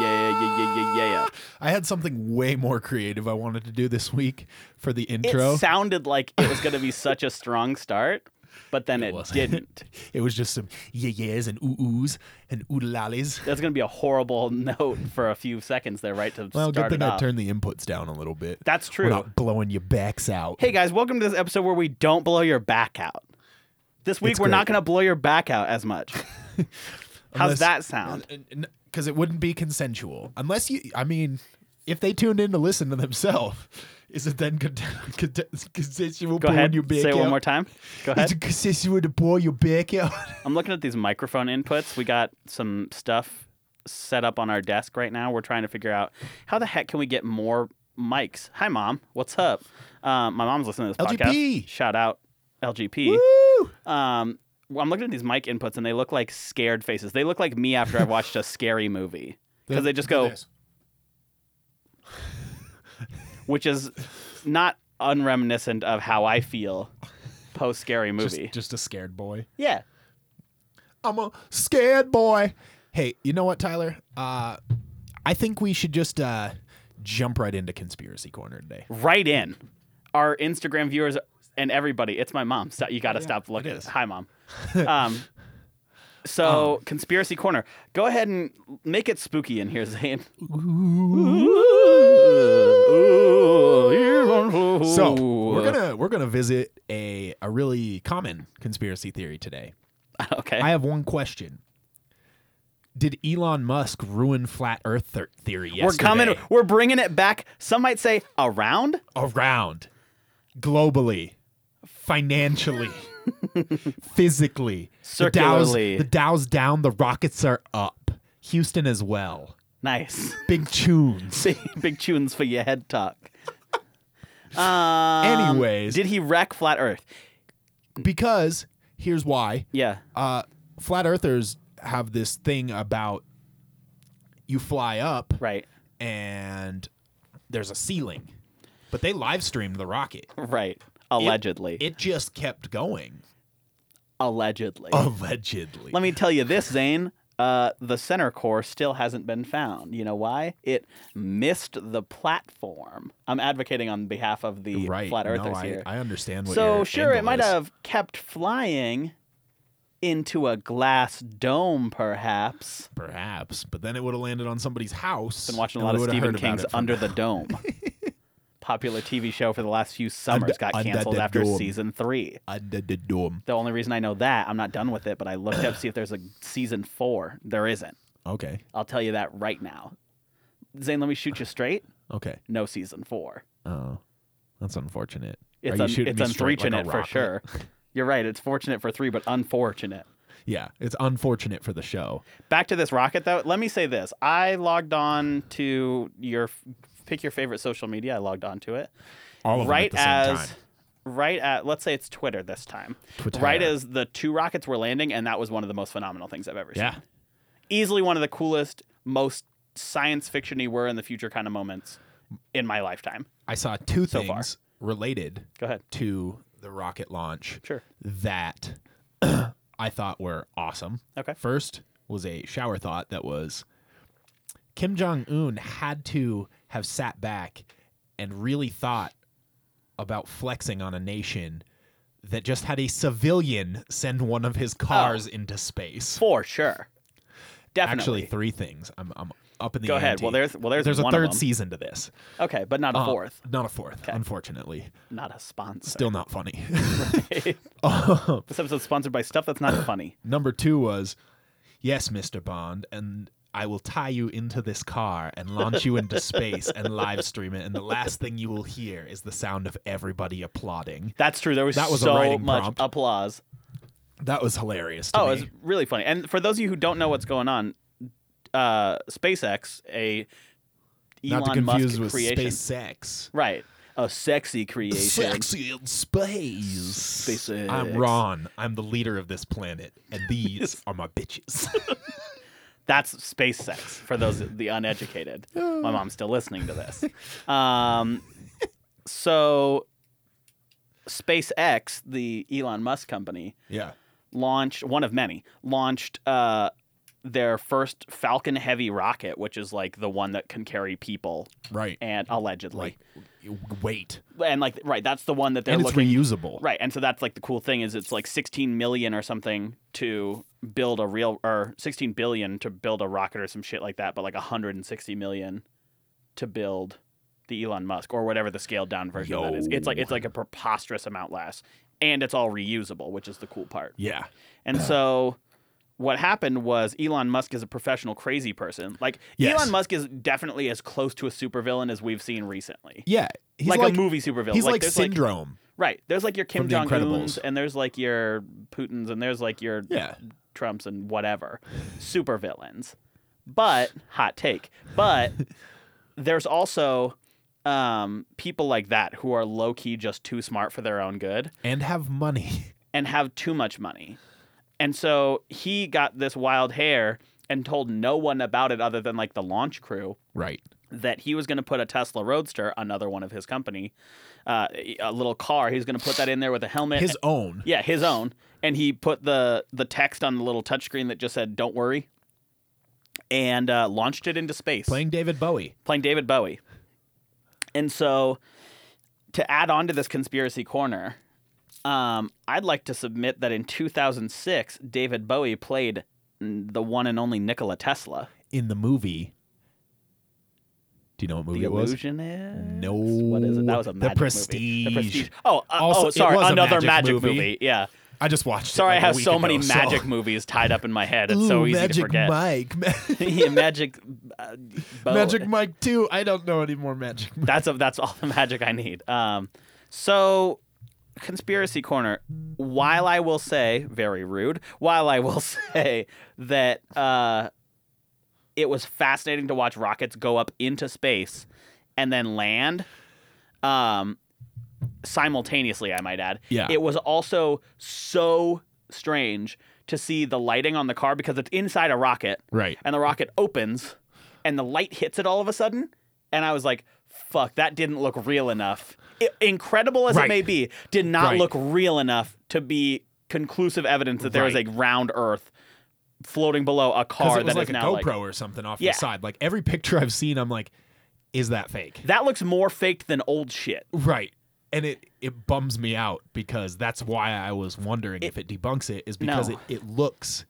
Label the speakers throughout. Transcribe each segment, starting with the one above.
Speaker 1: yeah.
Speaker 2: I had something way more creative I wanted to do this week for the intro.
Speaker 1: It sounded like it was going to be such a strong start, but then it,
Speaker 2: wasn't.
Speaker 1: didn't.
Speaker 2: it was just some yeah yeahs and ooh oohs and oodalales.
Speaker 1: That's going to be a horrible note for a few seconds there, right? To
Speaker 2: Well,
Speaker 1: start
Speaker 2: good thing
Speaker 1: it
Speaker 2: I
Speaker 1: off.
Speaker 2: turned the inputs down a little bit.
Speaker 1: That's
Speaker 2: We're
Speaker 1: true.
Speaker 2: not blowing your backs out.
Speaker 1: Hey guys, welcome to this episode where we don't blow your back out. This week
Speaker 2: It's
Speaker 1: we're not
Speaker 2: great.
Speaker 1: going to blow your back out as much. How's that sound?
Speaker 2: Because it wouldn't be consensual unless you. I mean, if they tuned in to listen to themselves, is it then con- con- consensual?
Speaker 1: Go
Speaker 2: blowing
Speaker 1: ahead.
Speaker 2: Your back
Speaker 1: Say it one
Speaker 2: out?
Speaker 1: more time. Go ahead.
Speaker 2: Is it consensual to blow your back out?
Speaker 1: I'm looking at these microphone inputs. We got some stuff set up on our desk right now. We're trying to figure out how the heck can we get more mics. Hi, mom. What's up? Um, my mom's listening to this
Speaker 2: LGP.
Speaker 1: podcast. Shout out LGP.
Speaker 2: Woo!
Speaker 1: Um, well, I'm looking at these mic inputs and they look like scared faces. They look like me after I've watched a scary movie because they just go, which is not unreminiscent of how I feel post scary
Speaker 2: Just,
Speaker 1: movie.
Speaker 2: just a scared boy.
Speaker 1: yeah.
Speaker 2: I'm a scared boy. Hey, you know what, Tyler? Uh, I think we should just uh, jump right into conspiracy corner today.
Speaker 1: right in our Instagram viewers and everybody. It's my mom. So you got to stop looking.
Speaker 2: it is. Um.
Speaker 1: Hi, mom. Um, so conspiracy corner. Go ahead and make it spooky in here, Zane.
Speaker 2: So
Speaker 1: So
Speaker 2: we're gonna we're gonna visit a a really common conspiracy theory today.
Speaker 1: okay.
Speaker 2: I have one question. Did Elon Musk ruin flat Earth ther- theory yesterday?
Speaker 1: we're coming. We're bringing it back. Some might say around.
Speaker 2: around globally, financially, physically, The Dow's-
Speaker 1: Circularly.
Speaker 2: The Dow's down. The rockets are up. Houston as well.
Speaker 1: Nice.
Speaker 2: Big tunes.
Speaker 1: Big, big tunes for your head talk. Um,
Speaker 2: Anyways.
Speaker 1: did he wreck flat Earth?
Speaker 2: Because here's why.
Speaker 1: Yeah.
Speaker 2: Uh, flat earthers have this thing about you fly up
Speaker 1: Right.
Speaker 2: and there's a ceiling, but they live streamed the rocket.
Speaker 1: Right. Allegedly.
Speaker 2: It just kept going.
Speaker 1: Allegedly.
Speaker 2: Oh. Allegedly.
Speaker 1: Let me tell you this, Zane. Uh, the center core still hasn't been found. You know why? It missed the platform. I'm advocating on behalf of the
Speaker 2: right.
Speaker 1: flat earthers
Speaker 2: no, I,
Speaker 1: here.
Speaker 2: I understand what
Speaker 1: so
Speaker 2: your
Speaker 1: sure, it
Speaker 2: angle
Speaker 1: might
Speaker 2: is.
Speaker 1: have kept flying into a glass dome, perhaps.
Speaker 2: Perhaps, but then it would have landed on somebody's house.
Speaker 1: Been watching a
Speaker 2: and
Speaker 1: lot
Speaker 2: we
Speaker 1: of
Speaker 2: would have
Speaker 1: Stephen
Speaker 2: heard about
Speaker 1: King's
Speaker 2: it from-
Speaker 1: Under the Dome. Popular TV show for the last few summers
Speaker 2: Under-
Speaker 1: got
Speaker 2: Under
Speaker 1: canceled
Speaker 2: the
Speaker 1: after
Speaker 2: Dome.
Speaker 1: season three.
Speaker 2: Under the dome.
Speaker 1: The only reason I know that, I'm not done with it, but I looked up to see if there's a season four. There isn't.
Speaker 2: Okay.
Speaker 1: I'll tell you that right now. Zane, let me shoot you straight.
Speaker 2: Okay.
Speaker 1: No season four.
Speaker 2: Oh, that's unfortunate.
Speaker 1: It's,
Speaker 2: Are you
Speaker 1: un-
Speaker 2: shooting
Speaker 1: it's
Speaker 2: me straight like a
Speaker 1: unfortunate for
Speaker 2: rocket?
Speaker 1: sure. You're right. It's fortunate for three, but unfortunate.
Speaker 2: Yeah, it's unfortunate for the show.
Speaker 1: Back to this rocket, though. Let me say this. I logged on to your pick your favorite social media. I logged on to it.
Speaker 2: All of them at
Speaker 1: right
Speaker 2: the same
Speaker 1: as
Speaker 2: time.
Speaker 1: right at let's say it's Twitter this time.
Speaker 2: Twitter.
Speaker 1: Right as the two rockets were landing, and that was one of the most phenomenal things I've ever
Speaker 2: Yeah.
Speaker 1: seen. Easily one of the coolest, most science fictiony we're in the future kind of moments in my lifetime.
Speaker 2: I saw two
Speaker 1: So far.
Speaker 2: things related
Speaker 1: Go ahead.
Speaker 2: to the rocket launch
Speaker 1: Sure.
Speaker 2: that I thought were awesome.
Speaker 1: Okay.
Speaker 2: First was a shower thought that was Kim Jong Un had to have sat back and really thought about flexing on a nation that just had a civilian send one of his cars into space.
Speaker 1: For sure. Oh. Definitely.
Speaker 2: Actually, three things. I'm, I'm up in the
Speaker 1: Go ahead.
Speaker 2: ante.
Speaker 1: Well, there's well, there's,
Speaker 2: there's a
Speaker 1: one of
Speaker 2: third
Speaker 1: them.
Speaker 2: season to this.
Speaker 1: Okay, but not a
Speaker 2: Uh,
Speaker 1: fourth.
Speaker 2: not a fourth, unfortunately.
Speaker 1: Not a sponsor.
Speaker 2: Still not funny.
Speaker 1: this episode's sponsored by stuff that's not funny.
Speaker 2: Number two was, yes, Mr. Bond, and I will tie you into this car and launch you into space and live stream it. And the last thing you will hear is the sound of everybody applauding.
Speaker 1: That's true. There was,
Speaker 2: That was a
Speaker 1: so
Speaker 2: writing
Speaker 1: much
Speaker 2: prompt.
Speaker 1: applause.
Speaker 2: That was hilarious. To
Speaker 1: Oh,
Speaker 2: me.
Speaker 1: it's really funny. And for those of you who don't know what's going on, uh, SpaceX, a Elon
Speaker 2: not to confuse
Speaker 1: Musk
Speaker 2: with
Speaker 1: creation,
Speaker 2: space sex.
Speaker 1: right? A sexy creation.
Speaker 2: Sexy in space.
Speaker 1: SpaceX.
Speaker 2: I'm Ron. I'm the leader of this planet, and these are my bitches.
Speaker 1: That's space sex for those the uneducated. My mom's still listening to this. Um, so SpaceX, the Elon Musk company,
Speaker 2: yeah.
Speaker 1: launched one of many launched uh, their first Falcon Heavy rocket, which is like the one that can carry people,
Speaker 2: Right.
Speaker 1: and allegedly,
Speaker 2: Like weight.
Speaker 1: and like right, that's the one that they're
Speaker 2: and it's
Speaker 1: looking
Speaker 2: reusable.
Speaker 1: right. And so that's like the cool thing is it's like 16 million or something to build a real or 16 billion to build a rocket or some shit like that, but like 160 million to build the Elon Musk or whatever the scaled down version of that is. It's like
Speaker 2: Yo.
Speaker 1: it's like a preposterous amount less, and it's all reusable, which is the cool part.
Speaker 2: Yeah.
Speaker 1: And so what happened was Elon Musk is a professional crazy person. Like
Speaker 2: Yes.
Speaker 1: Elon Musk is definitely as close to a supervillain as we've seen recently.
Speaker 2: Yeah. He's
Speaker 1: like,
Speaker 2: like,
Speaker 1: a movie supervillain.
Speaker 2: he's like,
Speaker 1: there's
Speaker 2: syndrome.
Speaker 1: right. There's like your Kim
Speaker 2: from The
Speaker 1: Jong Un's
Speaker 2: Incredibles.
Speaker 1: and there's like your Putins and there's like your
Speaker 2: yeah.
Speaker 1: Trumps and whatever. Supervillains. But hot take. But there's also um, people like that who are low key just too smart for their own good
Speaker 2: And have money.
Speaker 1: and have too much money. And so he got this wild hair and told no one about it other than like the launch crew
Speaker 2: Right.
Speaker 1: that he was going to put a Tesla Roadster, another one of his company, uh, a little car. He's going to put that in there with a helmet.
Speaker 2: His own.
Speaker 1: yeah, his own. And he put the the text on the little touchscreen that just said "Don't worry," and uh, launched it into space
Speaker 2: Playing David Bowie.
Speaker 1: playing David Bowie. And so, to add on to this conspiracy corner, um, I'd like to submit that in 2006, David Bowie played mm, the one and only Nikola Tesla.
Speaker 2: in the movie. Do you know what movie
Speaker 1: The
Speaker 2: it was?
Speaker 1: Illusionist.
Speaker 2: No.
Speaker 1: What is it? That was a
Speaker 2: The
Speaker 1: magic movie.
Speaker 2: Prestige.
Speaker 1: The Prestige. Oh, uh,
Speaker 2: Also,
Speaker 1: oh,
Speaker 2: it
Speaker 1: sorry,
Speaker 2: was a
Speaker 1: another
Speaker 2: magic
Speaker 1: magic
Speaker 2: movie.
Speaker 1: Yeah.
Speaker 2: I just watched.
Speaker 1: Sorry,
Speaker 2: it like
Speaker 1: I
Speaker 2: a
Speaker 1: have
Speaker 2: week
Speaker 1: so
Speaker 2: ago,
Speaker 1: many
Speaker 2: so-
Speaker 1: magic movies tied up in my head. It's so
Speaker 2: Ooh,
Speaker 1: easy
Speaker 2: Magic
Speaker 1: to forget.
Speaker 2: Mike,
Speaker 1: Yeah, magic. Uh, Bowie.
Speaker 2: Magic Mike too. I don't know any more Magic. Mike.
Speaker 1: That's a, that's all the magic I need. Um, so conspiracy corner. While I will say very rude, while I will say that uh, it was fascinating to watch rockets go up into space and then land. Um, simultaneously, I might add.
Speaker 2: Yeah.
Speaker 1: It was also so strange to see the lighting on the car because it's inside a rocket
Speaker 2: Right.
Speaker 1: and the rocket opens and the light hits it all of a sudden and i was like fuck that didn't look real enough I- incredible as it
Speaker 2: Right.
Speaker 1: may be did not
Speaker 2: Right.
Speaker 1: look real enough to be conclusive evidence that there is
Speaker 2: Right.
Speaker 1: a round earth floating below a
Speaker 2: Because
Speaker 1: car
Speaker 2: it was
Speaker 1: that
Speaker 2: like
Speaker 1: is
Speaker 2: a
Speaker 1: now
Speaker 2: GoPro
Speaker 1: like
Speaker 2: or something off
Speaker 1: Yeah.
Speaker 2: the side. Like every picture I've seen, I'm like, is that fake?
Speaker 1: that looks more faked than old shit
Speaker 2: Right. And it it bums me out because that's why I was wondering if it debunks it is because
Speaker 1: No.
Speaker 2: it, it looks,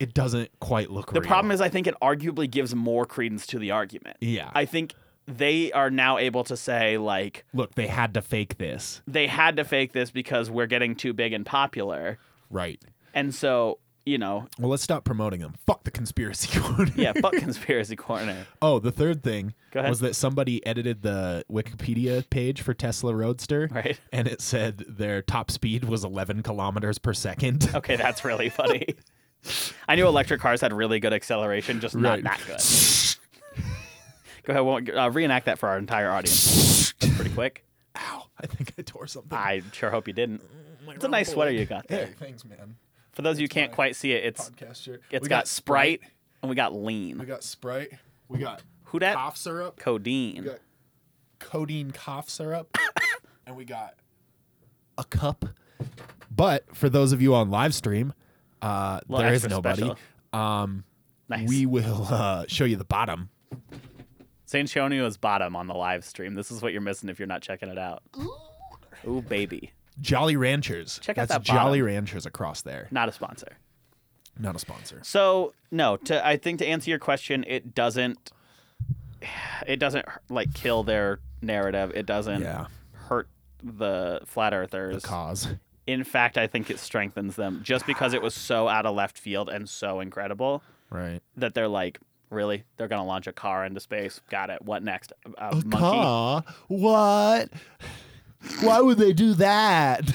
Speaker 2: it doesn't quite look.
Speaker 1: the problem is i think it arguably gives more credence to the argument
Speaker 2: yeah.
Speaker 1: i think they are now able to say like
Speaker 2: Look, they had to fake this.
Speaker 1: they had to fake this because we're getting too big and popular
Speaker 2: Right.
Speaker 1: and so you know
Speaker 2: Well, let's stop promoting them. Fuck the conspiracy corner.
Speaker 1: yeah fuck conspiracy corner
Speaker 2: Oh, the third thing
Speaker 1: Go ahead.
Speaker 2: was that somebody edited the Wikipedia page for Tesla Roadster,
Speaker 1: Right.
Speaker 2: and it said their top speed was 11 kilometers per second.
Speaker 1: Okay, that's really funny. I knew electric cars had really good acceleration, just
Speaker 2: Right.
Speaker 1: not that good. Go ahead, won't- uh, reenact that for our entire audience. That's pretty quick.
Speaker 2: Ow! I think I tore something.
Speaker 1: I sure hope you didn't.
Speaker 2: My
Speaker 1: Ah, It's a nice
Speaker 2: rumble.
Speaker 1: sweater you got there.
Speaker 2: Hey, thanks, man.
Speaker 1: For those of you who can't quite see it, it's
Speaker 2: Podcast shirt.
Speaker 1: it's
Speaker 2: We
Speaker 1: got, Sprite and we got Lean.
Speaker 2: We got Sprite. We got
Speaker 1: Who dat?
Speaker 2: cough syrup.
Speaker 1: Codeine.
Speaker 2: We got codeine cough syrup, and we got a cup. But for those of you on live stream, uh,
Speaker 1: Little
Speaker 2: there is
Speaker 1: extra
Speaker 2: nobody.
Speaker 1: special.
Speaker 2: Um,
Speaker 1: Nice.
Speaker 2: We will uh, show you the bottom.
Speaker 1: San Antonio's bottom on the live stream. This is what you're missing if you're not checking it out. Ooh, baby.
Speaker 2: Jolly Ranchers.
Speaker 1: Check out
Speaker 2: That's
Speaker 1: that
Speaker 2: Jolly Ranchers across there.
Speaker 1: Not a sponsor.
Speaker 2: Not a sponsor.
Speaker 1: So no, to I think to answer your question, it doesn't. It doesn't like kill their narrative. It doesn't
Speaker 2: Yeah.
Speaker 1: hurt the flat earthers.
Speaker 2: Cause.
Speaker 1: In fact, I think it strengthens them just because it was so out of left field and so incredible
Speaker 2: Right.
Speaker 1: that they're like, really, they're gonna launch a car into space. Got it. What next? A, a monkey.
Speaker 2: Car? What? Why would they do that?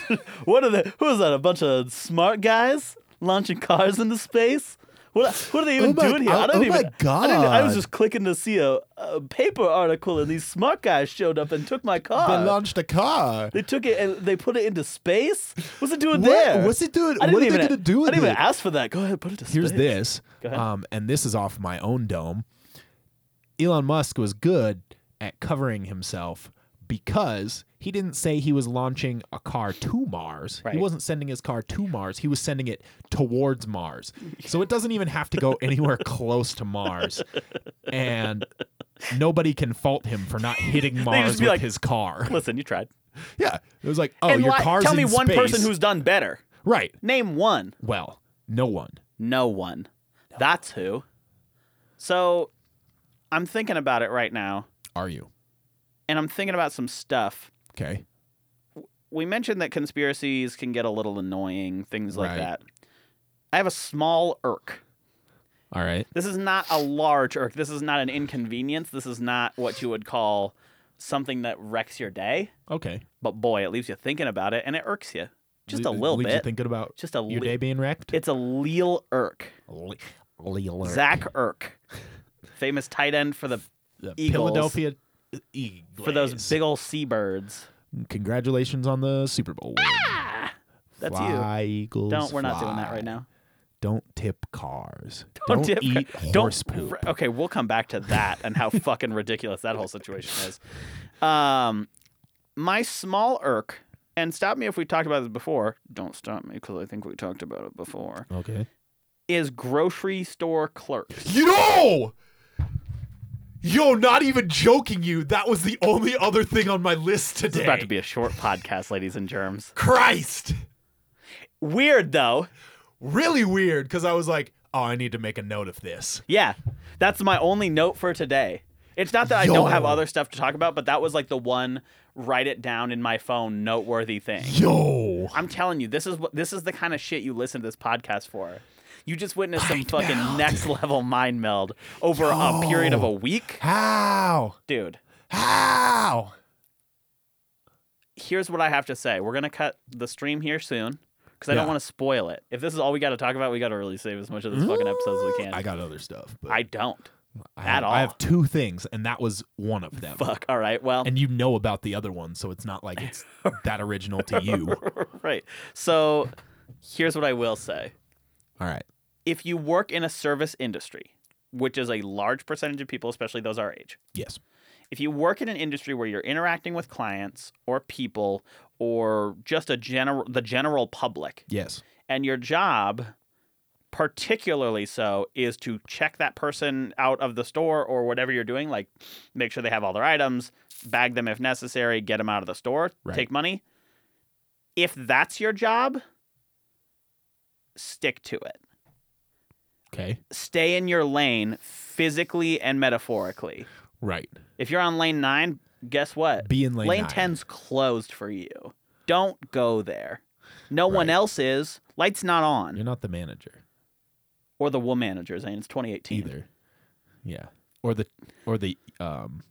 Speaker 1: What are they? Who is that? A bunch of smart guys launching cars into space? What, what are they even
Speaker 2: Oh my-
Speaker 1: doing here? I
Speaker 2: oh-
Speaker 1: don't
Speaker 2: oh
Speaker 1: even.
Speaker 2: my
Speaker 1: I, didn't- I was
Speaker 2: God.
Speaker 1: just clicking to see a, a paper article, and these smart guys showed up and took my
Speaker 2: they
Speaker 1: car.
Speaker 2: launched a car.
Speaker 1: they took it and they put it into space. What's it doing
Speaker 2: What?
Speaker 1: there?
Speaker 2: What's it doing?
Speaker 1: I didn't
Speaker 2: What are they
Speaker 1: even,
Speaker 2: gonna do with
Speaker 1: I didn't
Speaker 2: it?
Speaker 1: even ask for that. Go ahead, put it to
Speaker 2: Here's
Speaker 1: space.
Speaker 2: this.
Speaker 1: Go ahead.
Speaker 2: Um, and this is off my own dome. Elon Musk was good at covering himself because he didn't say he was launching a car to Mars.
Speaker 1: Right.
Speaker 2: He wasn't sending his car to Mars. He was sending it towards Mars. So it doesn't even have to go anywhere close to Mars. And nobody can fault him for not hitting Mars
Speaker 1: just be
Speaker 2: with
Speaker 1: like-
Speaker 2: his car.
Speaker 1: Listen, you tried.
Speaker 2: Yeah. It was like, oh,
Speaker 1: and
Speaker 2: your
Speaker 1: li-
Speaker 2: car's
Speaker 1: tell me
Speaker 2: in
Speaker 1: one
Speaker 2: space.
Speaker 1: person who's done better.
Speaker 2: Right.
Speaker 1: Name one.
Speaker 2: Well, no one.
Speaker 1: No one. That's who. So I'm thinking about it right now,
Speaker 2: Are you?
Speaker 1: and I'm thinking about some stuff.
Speaker 2: Okay.
Speaker 1: We mentioned that conspiracies can get a little annoying, things like
Speaker 2: Right.
Speaker 1: that. I have a small irk.
Speaker 2: All right.
Speaker 1: This is not a large irk. This is not an inconvenience. This is not what you would call something that wrecks your day.
Speaker 2: Okay.
Speaker 1: But boy, it leaves you thinking about it, and it irks you just a
Speaker 2: Le-
Speaker 1: little
Speaker 2: leaves You
Speaker 1: bit.
Speaker 2: thinking about
Speaker 1: just a
Speaker 2: your
Speaker 1: little.
Speaker 2: day being wrecked?
Speaker 1: It's a Leal irk.
Speaker 2: Le- Leal Earp.
Speaker 1: Zach Irk, famous tight end for the
Speaker 2: The
Speaker 1: Eagles.
Speaker 2: Philadelphia Uh, Eagles.
Speaker 1: for those big old seabirds.
Speaker 2: Congratulations on the Super Bowl win.
Speaker 1: That's you.
Speaker 2: Fly, Eagles,
Speaker 1: Don't. We're not doing that
Speaker 2: fly.
Speaker 1: right now.
Speaker 2: Don't tip cars. Don't,
Speaker 1: Don't tip ca-
Speaker 2: eat horse poop.
Speaker 1: Okay, we'll come back to that and how fucking ridiculous that whole situation is. Um, my small irk, and stop me if we talked about this before. Don't stop me because I think we talked about it before.
Speaker 2: Okay.
Speaker 1: Is grocery store clerks?
Speaker 2: Yo! Yo, not even joking you. That was the only other thing on my list today.
Speaker 1: This is about to be a short podcast, ladies and germs.
Speaker 2: Christ.
Speaker 1: Weird though.
Speaker 2: Really weird because I was like, oh, I need to make a note of this.
Speaker 1: Yeah, that's my only note for today. It's not that I
Speaker 2: Yo.
Speaker 1: don't have other stuff to talk about, but that was like the one write it down in my phone noteworthy thing.
Speaker 2: Yo.
Speaker 1: I'm telling you, this is what this is the kind of shit you listen to this podcast for. You just witnessed some
Speaker 2: Mind
Speaker 1: fucking
Speaker 2: meld.
Speaker 1: next level mind meld over a
Speaker 2: Yo.
Speaker 1: period of a week,
Speaker 2: How?
Speaker 1: dude.
Speaker 2: How?
Speaker 1: Here's what I have to say. We're gonna cut the stream here soon because I
Speaker 2: Yeah.
Speaker 1: don't want to spoil it. If this is all we got to talk about, we got to really save as much of this fucking episode as we can.
Speaker 2: I got other stuff, but
Speaker 1: I don't.
Speaker 2: I
Speaker 1: at
Speaker 2: have,
Speaker 1: all.
Speaker 2: I have two things, and that was one of them.
Speaker 1: Fuck. All right. Well,
Speaker 2: And you know about the other one, so it's not like it's that original to you.
Speaker 1: right. So here's what I will say.
Speaker 2: All right.
Speaker 1: If you work in a service industry, which is a large percentage of people, especially those our age,
Speaker 2: Yes.
Speaker 1: if you work in an industry where you're interacting with clients or people or just a general the general public
Speaker 2: Yes.
Speaker 1: and your job particularly so is to check that person out of the store or whatever you're doing like make sure they have all their items bag them if necessary get them out of the store
Speaker 2: Right.
Speaker 1: take money if that's your job stick to it
Speaker 2: Okay.
Speaker 1: stay in your lane physically and metaphorically
Speaker 2: Right.
Speaker 1: if you're on lane 9 guess what
Speaker 2: Be in lane,
Speaker 1: Lane
Speaker 2: nine.
Speaker 1: 10's closed for you. Don't go there. No one
Speaker 2: Right.
Speaker 1: else is. Light's not on.
Speaker 2: You're not the manager
Speaker 1: Or the wool managers. I mean, it's 2018.
Speaker 2: either. Yeah. Or the or the um.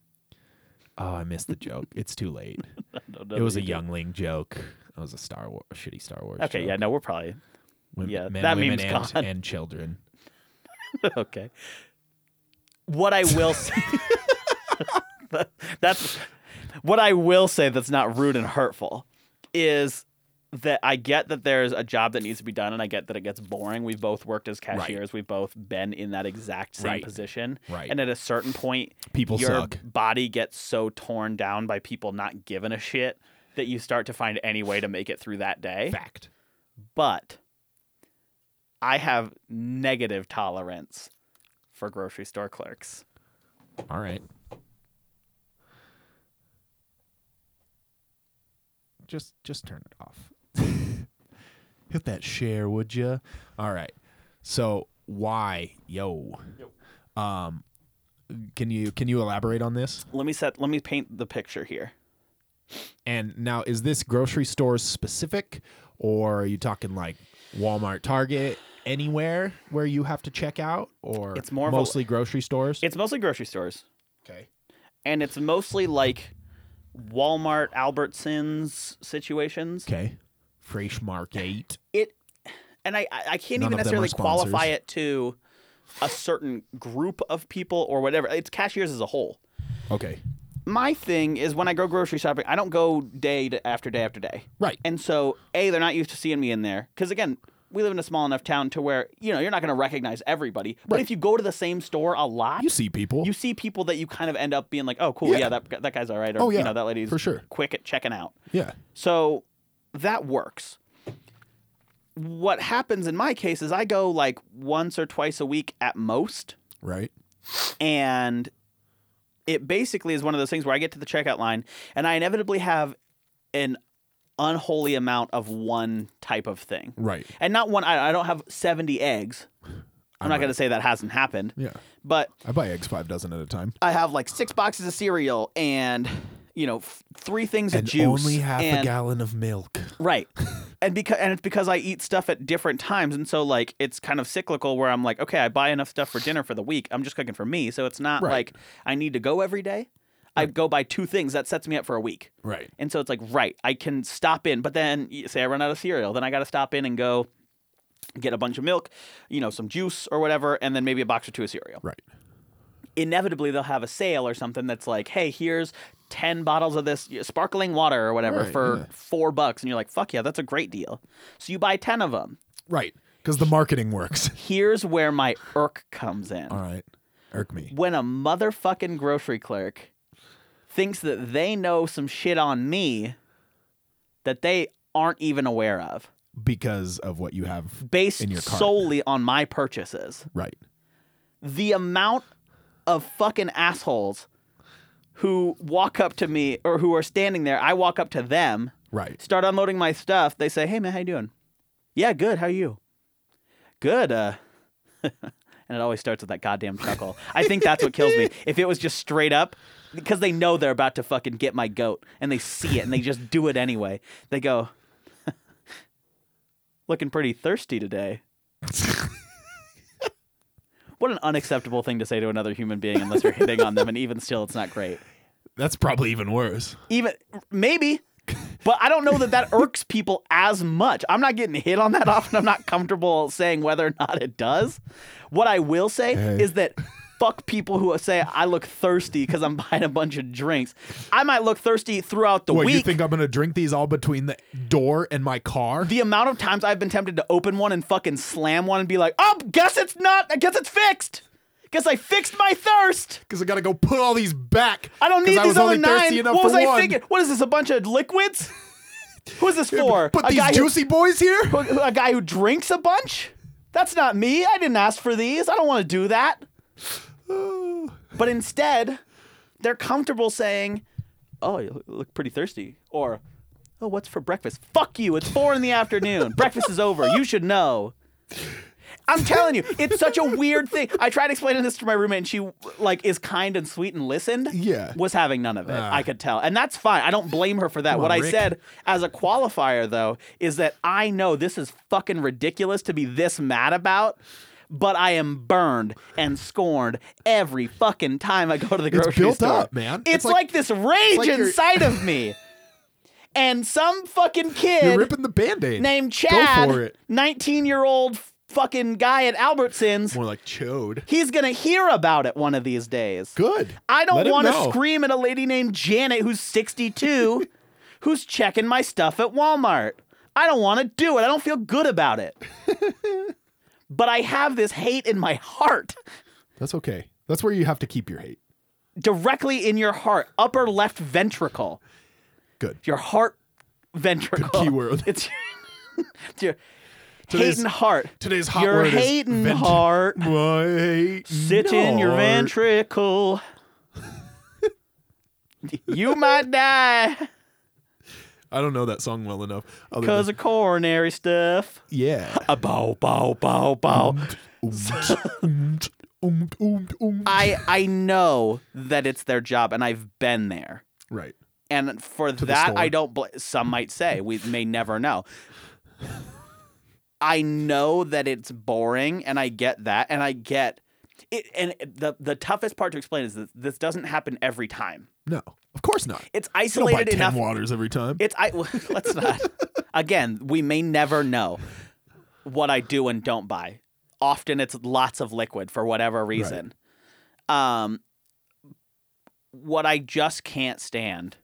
Speaker 2: Oh, I missed the joke. It's too late.
Speaker 1: I don't know
Speaker 2: It
Speaker 1: that
Speaker 2: was a
Speaker 1: you do.
Speaker 2: youngling joke. It was a Star Wars, shitty Star Wars.
Speaker 1: Okay, yeah,
Speaker 2: joke.
Speaker 1: no, we're probably.
Speaker 2: Wom-
Speaker 1: yeah,
Speaker 2: men,
Speaker 1: that
Speaker 2: women,
Speaker 1: meme's
Speaker 2: and,
Speaker 1: gone.
Speaker 2: and children.
Speaker 1: okay. What I will say. that's. What I will say that's not rude and hurtful is that I get that there's a job that needs to be done and I get that it gets boring. We've both worked as cashiers, we've both been in that exact same
Speaker 2: Right.
Speaker 1: position.
Speaker 2: Right.
Speaker 1: And at a certain point,
Speaker 2: People
Speaker 1: your
Speaker 2: suck.
Speaker 1: body gets so torn down by people not giving a shit that you start to find any way to make it through that day.
Speaker 2: Fact.
Speaker 1: But I have negative tolerance for grocery store clerks.
Speaker 2: All right. Just just turn it off. Hit that share, would you? All right. So why, yo? Um, can you can you elaborate on this?
Speaker 1: Let me set let me paint the picture here.
Speaker 2: And now, is this grocery stores specific, or are you talking like Walmart, Target, anywhere where you have to check out, or
Speaker 1: It's more of a-
Speaker 2: mostly grocery stores?
Speaker 1: It's mostly grocery stores
Speaker 2: okay.
Speaker 1: and it's mostly like Walmart, Albertsons situations.
Speaker 2: Okay. Fresh Market.
Speaker 1: It and I I I can't
Speaker 2: None
Speaker 1: even
Speaker 2: of them are
Speaker 1: necessarily qualify
Speaker 2: sponsors.
Speaker 1: it to a certain group of people or whatever. It's cashiers as a whole.
Speaker 2: Okay.
Speaker 1: my thing is when I go grocery shopping, I don't go day to after day after day.
Speaker 2: Right.
Speaker 1: And so, A, they're not used to seeing me in there. Because again, we live in a small enough town to where you know you're not going to recognize everybody. But
Speaker 3: Right.
Speaker 1: if you go to the same store a lot,
Speaker 2: You see people.
Speaker 1: you see people that you kind of end up being like, oh, cool, yeah,
Speaker 2: Yeah.
Speaker 1: that gu- that guy's all right, or
Speaker 2: Oh, yeah,
Speaker 1: you know that lady's
Speaker 2: for sure.
Speaker 1: quick at checking out.
Speaker 2: yeah.
Speaker 1: So that works. What happens in my case is I go like once or twice a week at most,
Speaker 2: Right.
Speaker 1: and it basically is one of those things where I get to the checkout line and I inevitably have an unholy amount of one type of thing.
Speaker 2: Right.
Speaker 1: And not one, I, I don't have 70 eggs. I'm not
Speaker 2: right.
Speaker 1: going to say that hasn't happened,
Speaker 2: Yeah.
Speaker 1: but
Speaker 2: I buy eggs five dozen at a time.
Speaker 1: I have like six boxes of cereal and, you know, f- three things of juice. and-
Speaker 2: gallon of milk.
Speaker 1: Right. and because and it's because I eat stuff at different times and so like it's kind of cyclical where I'm like, okay, I buy enough stuff for dinner for the week. I'm just cooking for me, so it's not
Speaker 2: Right.
Speaker 1: like I need to go every day. I go buy two things that sets me up for a week.
Speaker 2: Right.
Speaker 1: And so it's like, right, I can stop in, but then y- say I run out of cereal, then I got to stop in and go get a bunch of milk, you know, some juice or whatever, and then maybe a box or two of cereal
Speaker 2: Right.
Speaker 1: inevitably they'll have a sale or something that's like, hey, here's 10 bottles of this sparkling water or whatever
Speaker 2: Right,
Speaker 1: for
Speaker 2: yeah.
Speaker 1: four bucks. And you're like, fuck yeah, that's a great deal. So you buy 10 of them.
Speaker 2: Right. Because the marketing works.
Speaker 1: Here's where my irk comes in.
Speaker 2: All right. Irk me.
Speaker 1: When a motherfucking grocery clerk thinks that they know some shit on me that they aren't even aware of
Speaker 2: Because of what you have.
Speaker 1: based
Speaker 2: In your cart.
Speaker 1: solely on my purchases.
Speaker 2: Right.
Speaker 1: the amount of fucking assholes who walk up to me or who are standing there, I walk up to them,
Speaker 2: Right.
Speaker 1: start unloading my stuff. They say, "Hey man, how you doing?" "Yeah, good. How you?" "Good." Uh And it always starts with that goddamn chuckle. I think that's what kills me. If it was just straight up, because they know they're about to fucking get my goat and they see it and they just do it anyway. They go, looking pretty thirsty today. What an unacceptable thing to say to another human being unless you're hitting on them, and even still, it's not great.
Speaker 2: That's probably even worse.
Speaker 1: Even maybe, but I don't know that that irks people as much. I'm not getting hit on that often. I'm not comfortable saying whether or not it does. What I will say
Speaker 2: Hey.
Speaker 1: is that fuck people who say I look thirsty because I'm buying a bunch of drinks. I might look thirsty throughout the
Speaker 2: What you
Speaker 1: week.
Speaker 2: think I'm gonna drink these all between the door and my car?
Speaker 1: the amount of times I've been tempted to open one and fucking slam one and be like, "Oh, guess it's not. I guess it's fixed. Guess I fixed my thirst."
Speaker 2: Because I gotta go put all these back.
Speaker 1: I don't
Speaker 2: 'Cause
Speaker 1: need
Speaker 2: I
Speaker 1: these
Speaker 2: was
Speaker 1: other
Speaker 2: only thirsty
Speaker 1: nine.
Speaker 2: enough
Speaker 1: What was
Speaker 2: for
Speaker 1: I
Speaker 2: one.
Speaker 1: thinking? What is this? A bunch of liquids? Who is this for?
Speaker 2: Put
Speaker 1: a
Speaker 2: these
Speaker 1: guy
Speaker 2: juicy boys here.
Speaker 1: who, who- a guy who drinks a bunch? That's not me. I didn't ask for these. I don't want to do that. But instead, they're comfortable saying, "Oh, you look pretty thirsty," or "Oh, what's for breakfast?" Fuck you. It's four in the afternoon. breakfast is over. You should know. I'm telling you, it's such a weird thing. I tried explaining this to my roommate, and she like is kind and sweet and listened.
Speaker 2: Yeah.
Speaker 1: was having none of it.
Speaker 2: Ah.
Speaker 1: I could tell, and that's fine. I don't blame her for that. what
Speaker 2: on,
Speaker 1: I
Speaker 2: Rick.
Speaker 1: said as a qualifier, though, is that I know this is fucking ridiculous to be this mad about. But I am burned and scorned every fucking time I go to the grocery
Speaker 2: built
Speaker 1: store.
Speaker 2: up, man.
Speaker 1: It's,
Speaker 2: It's
Speaker 1: like,
Speaker 2: like-
Speaker 1: this rage
Speaker 2: like you're-
Speaker 1: inside of me. And some fucking
Speaker 2: You're
Speaker 1: kid
Speaker 2: ripping the band-aid.
Speaker 1: named Chad,
Speaker 2: Go for it.
Speaker 1: 19 year old fucking guy at Albertsons,
Speaker 2: More like chode.
Speaker 1: he's going to hear about it one of these days.
Speaker 2: Good.
Speaker 1: I
Speaker 2: Let
Speaker 1: don't
Speaker 2: him
Speaker 1: want to
Speaker 2: know.
Speaker 1: scream at a lady named Janet who's 62 who's checking my stuff at Walmart. I don't want to do it. I don't feel good about it. but I have this hate in my heart,
Speaker 2: That's okay. That's where you have to keep your hate.
Speaker 1: directly in your heart, upper left ventricle.
Speaker 2: Good.
Speaker 1: Your heart ventricle.
Speaker 2: keyword.
Speaker 1: It's it's your
Speaker 2: Today's-
Speaker 1: hating heart.
Speaker 2: Today's hot
Speaker 1: your
Speaker 2: word is
Speaker 1: hating
Speaker 2: vent-
Speaker 1: heart.
Speaker 2: My hate.
Speaker 1: Sit in your
Speaker 2: nard.
Speaker 1: ventricle. you might die
Speaker 2: I don't know that song well enough. other than-
Speaker 1: because of coronary stuff.
Speaker 2: yeah.
Speaker 1: A bow, bow, bow, bow.
Speaker 2: Oomt, oomt, oomt, oomt.
Speaker 1: I I know that it's their job, and I've been there.
Speaker 2: right.
Speaker 1: And for
Speaker 2: the
Speaker 1: that,
Speaker 2: store.
Speaker 1: I don't. Bl- some might say we may never know. I know that it's boring, and I get that, and I get it. And the the toughest part to explain is that this doesn't happen every time.
Speaker 2: No. Of course not.
Speaker 1: It's
Speaker 2: You don't buy
Speaker 1: isolated
Speaker 2: ten
Speaker 1: enough.
Speaker 2: waters every time.
Speaker 1: It's I. well, Let's not. Again, we may never know what I do and don't buy. Often, it's lots of liquid for whatever reason. Um, what I just can't stand,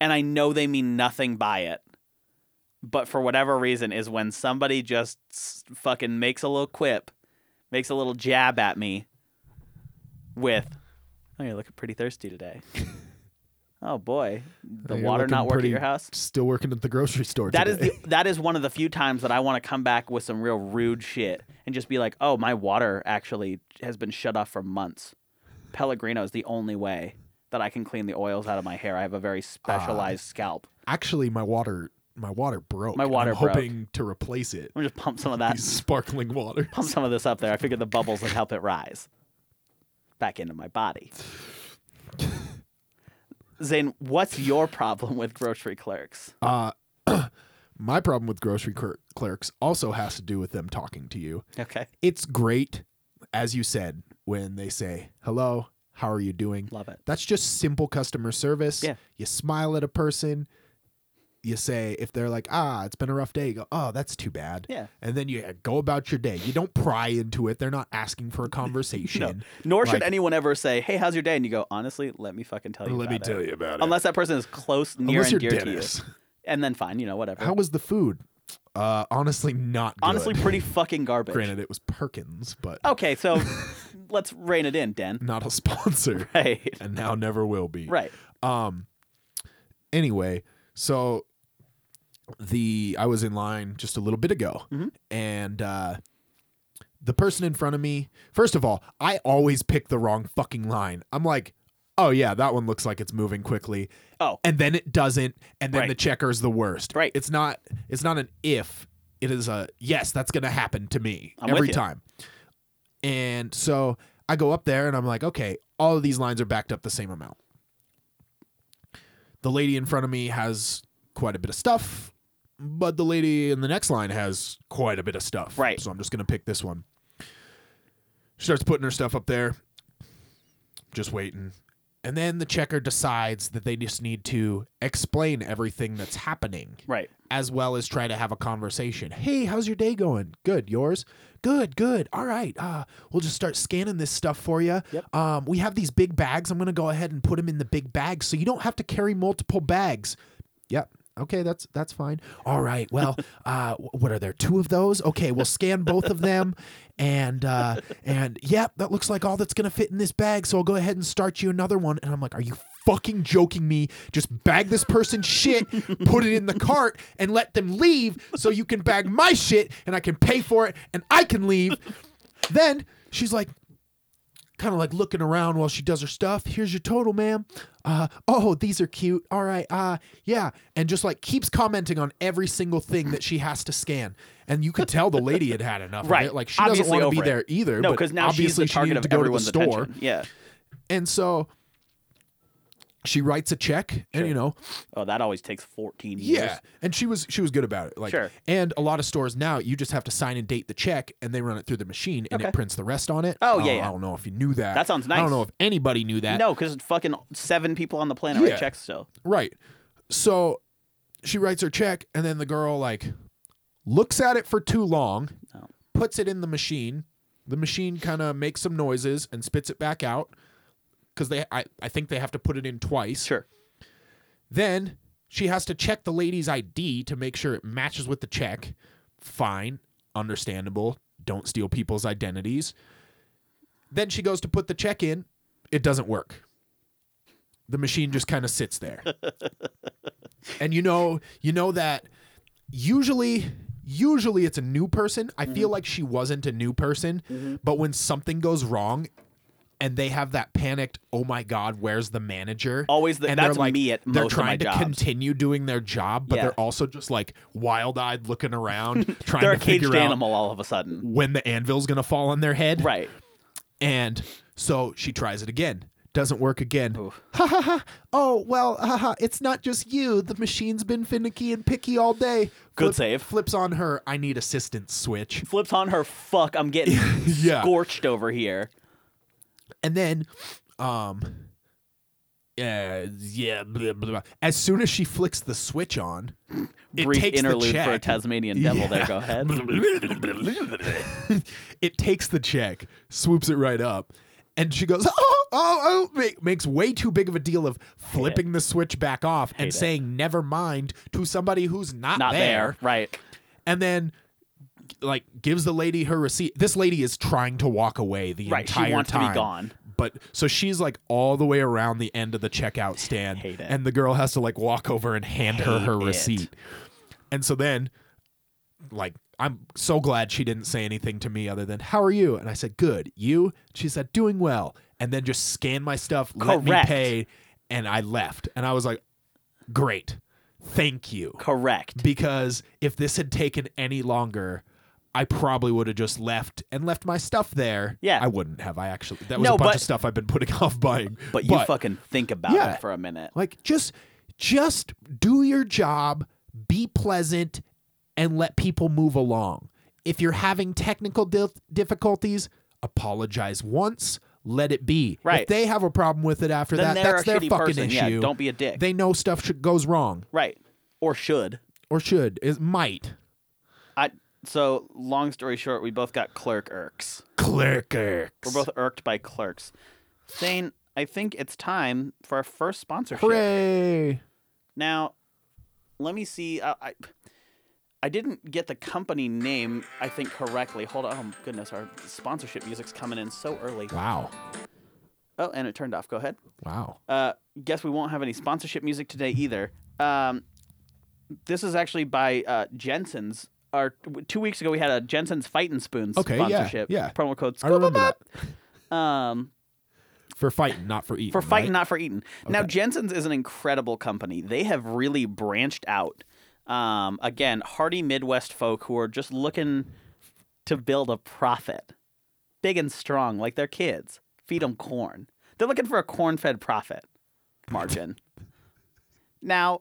Speaker 1: and I know they mean nothing by it, but for whatever reason is when somebody just s- fucking makes a little quip, makes a little jab at me with, "Oh, you're looking pretty thirsty today." oh boy, the
Speaker 2: You're
Speaker 1: water not
Speaker 2: looking
Speaker 1: working
Speaker 2: pretty-
Speaker 1: at your house.
Speaker 2: Still working at the grocery store.
Speaker 1: That is
Speaker 2: today.
Speaker 1: the that is one of the few times that I want to come back with some real rude shit and just be like, "Oh, my water actually has been shut off for months. Pellegrino is the only way that I can clean the oils out of my hair. I have a very specialized
Speaker 2: Ah.
Speaker 1: scalp.
Speaker 2: actually my water. My water broke.
Speaker 1: My water
Speaker 2: I'm
Speaker 1: broke.
Speaker 2: hoping to replace it.
Speaker 1: Let me just pump some of
Speaker 2: with
Speaker 1: that,
Speaker 2: These sparkling water.
Speaker 1: pump some of this up there. I figured the bubbles would help it rise back into my body." Zane, what's your problem with grocery clerks?
Speaker 2: Uh, my problem with grocery cler- clerks also has to do with them talking to you.
Speaker 1: Okay,
Speaker 2: It's great, as you said, when they say, hello, how are you doing?
Speaker 1: love it.
Speaker 2: That's just simple customer service.
Speaker 1: Yeah.
Speaker 2: You smile at a person. You say, if they're like, ah, it's been a rough day, you go, oh, that's too bad.
Speaker 1: Yeah.
Speaker 2: And then you uh, go about your day. You don't pry into it. They're not asking for a
Speaker 1: No,
Speaker 2: conversation.
Speaker 1: nor should
Speaker 2: Like-
Speaker 1: anyone ever say, "Hey, how's your day?" And you go, "Honestly, let me fucking tell you." about it."
Speaker 2: you about
Speaker 1: unless that person is close, near,
Speaker 2: Unless
Speaker 1: and
Speaker 2: you're
Speaker 1: dear to
Speaker 2: Dennis.
Speaker 1: you, and then fine, you know, whatever.
Speaker 2: How was the food? Uh, honestly, not good.
Speaker 1: Honestly, pretty fucking garbage.
Speaker 2: Granted, it was Perkins, but
Speaker 1: Okay, so let's rein it in, Den.
Speaker 2: not a sponsor.
Speaker 1: Right,
Speaker 2: and now never will be.
Speaker 1: right.
Speaker 2: Um. Anyway, so the I was in line just a little bit ago,
Speaker 1: Mhm.
Speaker 2: and uh, the person in front of me. First of all, I always pick the wrong fucking line. I'm like, oh yeah, that one looks like it's moving quickly,
Speaker 1: Oh,
Speaker 2: and then it doesn't, and then
Speaker 1: Right.
Speaker 2: the checker's the worst.
Speaker 1: Right.
Speaker 2: It's not. It's not an if. It is a yes. That's gonna happen to me
Speaker 1: I'm with
Speaker 2: every
Speaker 1: you.
Speaker 2: time. And so I go up there and I'm like, okay, all of these lines are backed up the same amount. The lady in front of me has quite a bit of stuff, but the lady in the next line has quite a bit of stuff.
Speaker 1: Right.
Speaker 2: So I'm just gonna pick this one. She starts putting her stuff up there, just waiting. And then the checker decides that they just need to explain everything that's happening
Speaker 1: right.
Speaker 2: as well as try to have a conversation. Hey, how's your day going? Good. Yours? Good. Good. All right. Uh, we'll just start scanning this stuff for you.
Speaker 1: Yep.
Speaker 2: Um, we have these big bags. I'm gonna go ahead and put them in the big bags, so you don't have to carry multiple bags. Yep. Okay, that's that's fine. All right. Well, uh, w- what are there? Two of those. Okay, we'll scan both of them, and uh, and yep, that looks like all that's gonna fit in this bag. So I'll go ahead and start you another one. And I'm like, are you fucking joking me? Just bag this person's shit, put it in the cart, and let them leave, so you can bag my shit, and I can pay for it, and I can leave. Then she's like, kind of like looking around while she does her stuff. Here's your total, ma'am. Uh, oh, these are cute. All right. Uh, yeah. And just like keeps commenting on every single thing that she has to scan. And you could tell the lady had had enough. of
Speaker 1: Right.
Speaker 2: it. Like she
Speaker 1: Obviously
Speaker 2: doesn't want to be
Speaker 1: over it.
Speaker 2: there either.
Speaker 1: No,
Speaker 2: but
Speaker 1: because now she's
Speaker 2: obviously
Speaker 1: the
Speaker 2: she
Speaker 1: target
Speaker 2: needed
Speaker 1: of
Speaker 2: to go to the
Speaker 1: everyone's
Speaker 2: store.
Speaker 1: attention. Yeah.
Speaker 2: And so she writes a check and
Speaker 1: Sure.
Speaker 2: you know,
Speaker 1: Oh, that always takes fourteen years.
Speaker 2: yeah. And she was she was good about it. Like
Speaker 1: Sure.
Speaker 2: and a lot of stores now you just have to sign and date the check and they run it through the machine and
Speaker 1: Okay.
Speaker 2: it prints the rest on it.
Speaker 1: Oh,
Speaker 2: I don't-
Speaker 1: yeah, yeah.
Speaker 2: I don't know if you knew that.
Speaker 1: That sounds
Speaker 2: I
Speaker 1: nice.
Speaker 2: don't know if anybody knew that.
Speaker 1: No, because fucking seven people on the planet write
Speaker 2: Yeah.
Speaker 1: checks still.
Speaker 2: Right. So she writes her check, and then the girl like looks at it for too long,
Speaker 1: Oh.
Speaker 2: puts it in the machine. The machine kind of makes some noises and spits it back out because they I, I think they have to put it in twice.
Speaker 1: Sure.
Speaker 2: Then she has to check the lady's ID to make sure it matches with the check. Fine, understandable. Don't steal people's identities. Then she goes to put the check in. It doesn't work. The machine just kind of sits there. and you know, you know that usually usually it's a new person. I
Speaker 1: Mm-hmm.
Speaker 2: feel like she wasn't a new person, but when something goes wrong and they have that panicked, "Oh my god, where's the manager?"
Speaker 1: Always the-
Speaker 2: and
Speaker 1: that's me at
Speaker 2: they're
Speaker 1: most of my
Speaker 2: trying to
Speaker 1: jobs.
Speaker 2: continue doing their job, but
Speaker 1: Yeah.
Speaker 2: they're also just like wild-eyed looking around trying
Speaker 1: They're a
Speaker 2: to figure
Speaker 1: caged
Speaker 2: out
Speaker 1: animal all of a sudden.
Speaker 2: when the anvil's going to fall on their head.
Speaker 1: Right.
Speaker 2: And so she tries it again. Doesn't work again.
Speaker 1: Oof.
Speaker 2: Ha ha ha. Oh, well, ha ha. It's not just you. The machine's been finicky and picky all day.
Speaker 1: Good save.
Speaker 2: Flips on her. I need assistance switch.
Speaker 1: Flips on her. Fuck, I'm getting
Speaker 2: Yeah.
Speaker 1: scorched over here.
Speaker 2: And then, um, yeah, yeah. Blah, blah, blah. As soon as she flicks the switch on, it
Speaker 1: Brief
Speaker 2: takes the
Speaker 1: interlude
Speaker 2: check.
Speaker 1: for a Tasmanian devil. There,
Speaker 2: Yeah.
Speaker 1: go ahead.
Speaker 2: it takes the check, swoops it right up, and she goes, oh, oh, oh, ma- makes way too big of a deal of flipping the switch back off and
Speaker 1: it.
Speaker 2: saying never mind to somebody who's not,
Speaker 1: Not there. Right.
Speaker 2: and then like gives the lady her receipt. This lady is trying to walk away the
Speaker 1: Right.
Speaker 2: entire
Speaker 1: She wants
Speaker 2: time.
Speaker 1: to be gone.
Speaker 2: But so she's like all the way around the end of the checkout stand,
Speaker 1: Hate it.
Speaker 2: and the girl has to like walk over and hand her her
Speaker 1: Hate it.
Speaker 2: receipt. And so then, like, I'm so glad she didn't say anything to me other than "How are you?" And I said, "Good." You? She said, "Doing well." And then just scan my stuff, let me
Speaker 1: Correct.
Speaker 2: pay, and I left. And I was like, "Great, thank you."
Speaker 1: Correct.
Speaker 2: because if this had taken any longer, I probably would have just left and left my stuff there.
Speaker 1: Yeah.
Speaker 2: I wouldn't have. I actually that was
Speaker 1: No,
Speaker 2: a bunch
Speaker 1: but-
Speaker 2: of stuff I've been putting off buying.
Speaker 1: But you fucking think about
Speaker 2: Yeah.
Speaker 1: it for a minute.
Speaker 2: like just just do your job, be pleasant, and let people move along. If you're having technical dil- difficulties, apologize once. Let it be. If
Speaker 1: Right.
Speaker 2: they have a problem with it after
Speaker 1: Then
Speaker 2: that,
Speaker 1: they're
Speaker 2: that's
Speaker 1: a
Speaker 2: their
Speaker 1: shitty
Speaker 2: fucking
Speaker 1: person.
Speaker 2: issue.
Speaker 1: Yeah, don't be a dick.
Speaker 2: They know stuff sh- goes wrong
Speaker 1: right. Or should.
Speaker 2: or should. It might.
Speaker 1: I so long story short, we both got clerk irks.
Speaker 2: Clickers.
Speaker 1: We're both irked by clerks. Saying, I think it's time for our first sponsorship.
Speaker 2: Hooray!
Speaker 1: Now, let me see. I, I I didn't get the company name, I think, correctly. Hold on. Oh, goodness. Our sponsorship music's coming in so early.
Speaker 2: Wow.
Speaker 1: Oh, and it turned off. Go ahead.
Speaker 2: Wow.
Speaker 1: Uh, guess we won't have any sponsorship music today either. Um, this is actually by uh, Jensen's. Our two weeks ago we had a Jensen's Fightin' Spoons
Speaker 2: Okay, yeah,
Speaker 1: sponsorship.
Speaker 2: yeah.
Speaker 1: Promo code.
Speaker 2: I remember that.
Speaker 1: Um,
Speaker 2: For fighting, not for eating.
Speaker 1: for fighting,
Speaker 2: right?
Speaker 1: not for eating. Now Jensen's is an incredible company. They have really branched out. Um, again, hardy Midwest folk who are just looking to build a profit, big and strong, like their kids. Feed them corn. They're looking for a corn-fed profit margin. now,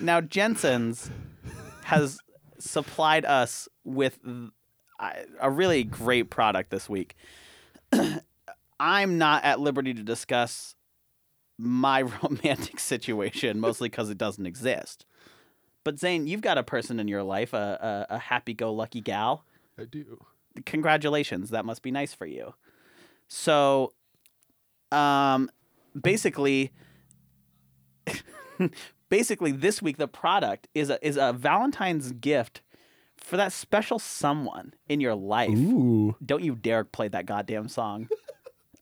Speaker 1: now Jensen's has supplied us with uh, a really great product this week. I'm not at liberty to discuss my romantic situation, mostly because it doesn't exist. But Zane, you've got a person in your life, a, a, a happy-go-lucky gal.
Speaker 2: I do.
Speaker 1: Congratulations, that must be nice for you. So, um, basically, basically this week the product is a is a Valentine's gift for that special someone in your life.
Speaker 2: Ooh.
Speaker 1: Don't you dare play that goddamn song.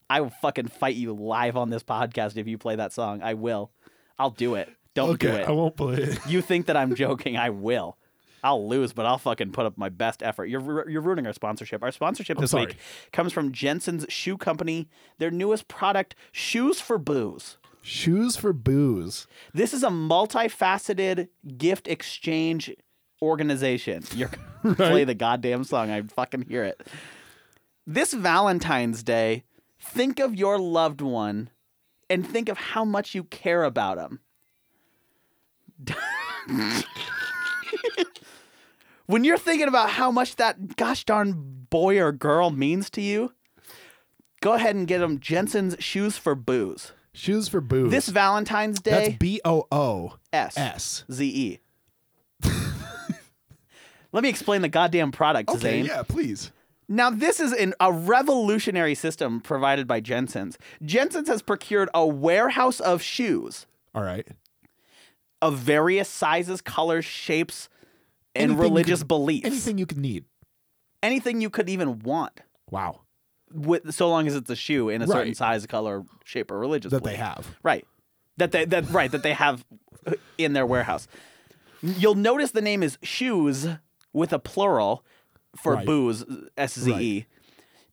Speaker 1: I will fucking fight you live on this podcast if you play that song. I will. I'll do it. Don't do
Speaker 2: Okay,
Speaker 1: it.
Speaker 2: I won't play it.
Speaker 1: You think that I'm joking? I will. I'll lose, but I'll fucking put up my best effort. You're ru- you're ruining our sponsorship. Our sponsorship this
Speaker 2: sorry.
Speaker 1: week comes from Jensen's Shoe Company. Their newest product, shoes for booze.
Speaker 2: Shoes for booze.
Speaker 1: This is a multifaceted gift exchange organization. You're gonna play the goddamn song. I fucking hear it. This Valentine's Day, think of your loved one and think of how much you care about them. when you're thinking about how much that gosh darn boy or girl means to you, go ahead and get them Jensen's Shoes for Booze.
Speaker 2: Shoes for booze.
Speaker 1: This Valentine's
Speaker 2: That's
Speaker 1: Day.
Speaker 2: B O O
Speaker 1: S.
Speaker 2: S.
Speaker 1: Z E. Let me explain the goddamn product, Zane.
Speaker 2: yeah, please.
Speaker 1: Now, this is an, a revolutionary system provided by Jensen's. Jensen's has procured a warehouse of shoes
Speaker 2: All right.
Speaker 1: of various sizes, colors, shapes, and
Speaker 2: Anything you
Speaker 1: religious
Speaker 2: could-
Speaker 1: beliefs.
Speaker 2: Anything you can need.
Speaker 1: Anything you could even want,
Speaker 2: Wow.
Speaker 1: with so long as it's a shoe in a certain
Speaker 2: Right.
Speaker 1: size, color, shape, or religious
Speaker 2: That
Speaker 1: belief.
Speaker 2: they have.
Speaker 1: Right. That they that right that they have in their warehouse. You'll notice the name is shoes with a plural for
Speaker 2: Right.
Speaker 1: booze S Z E.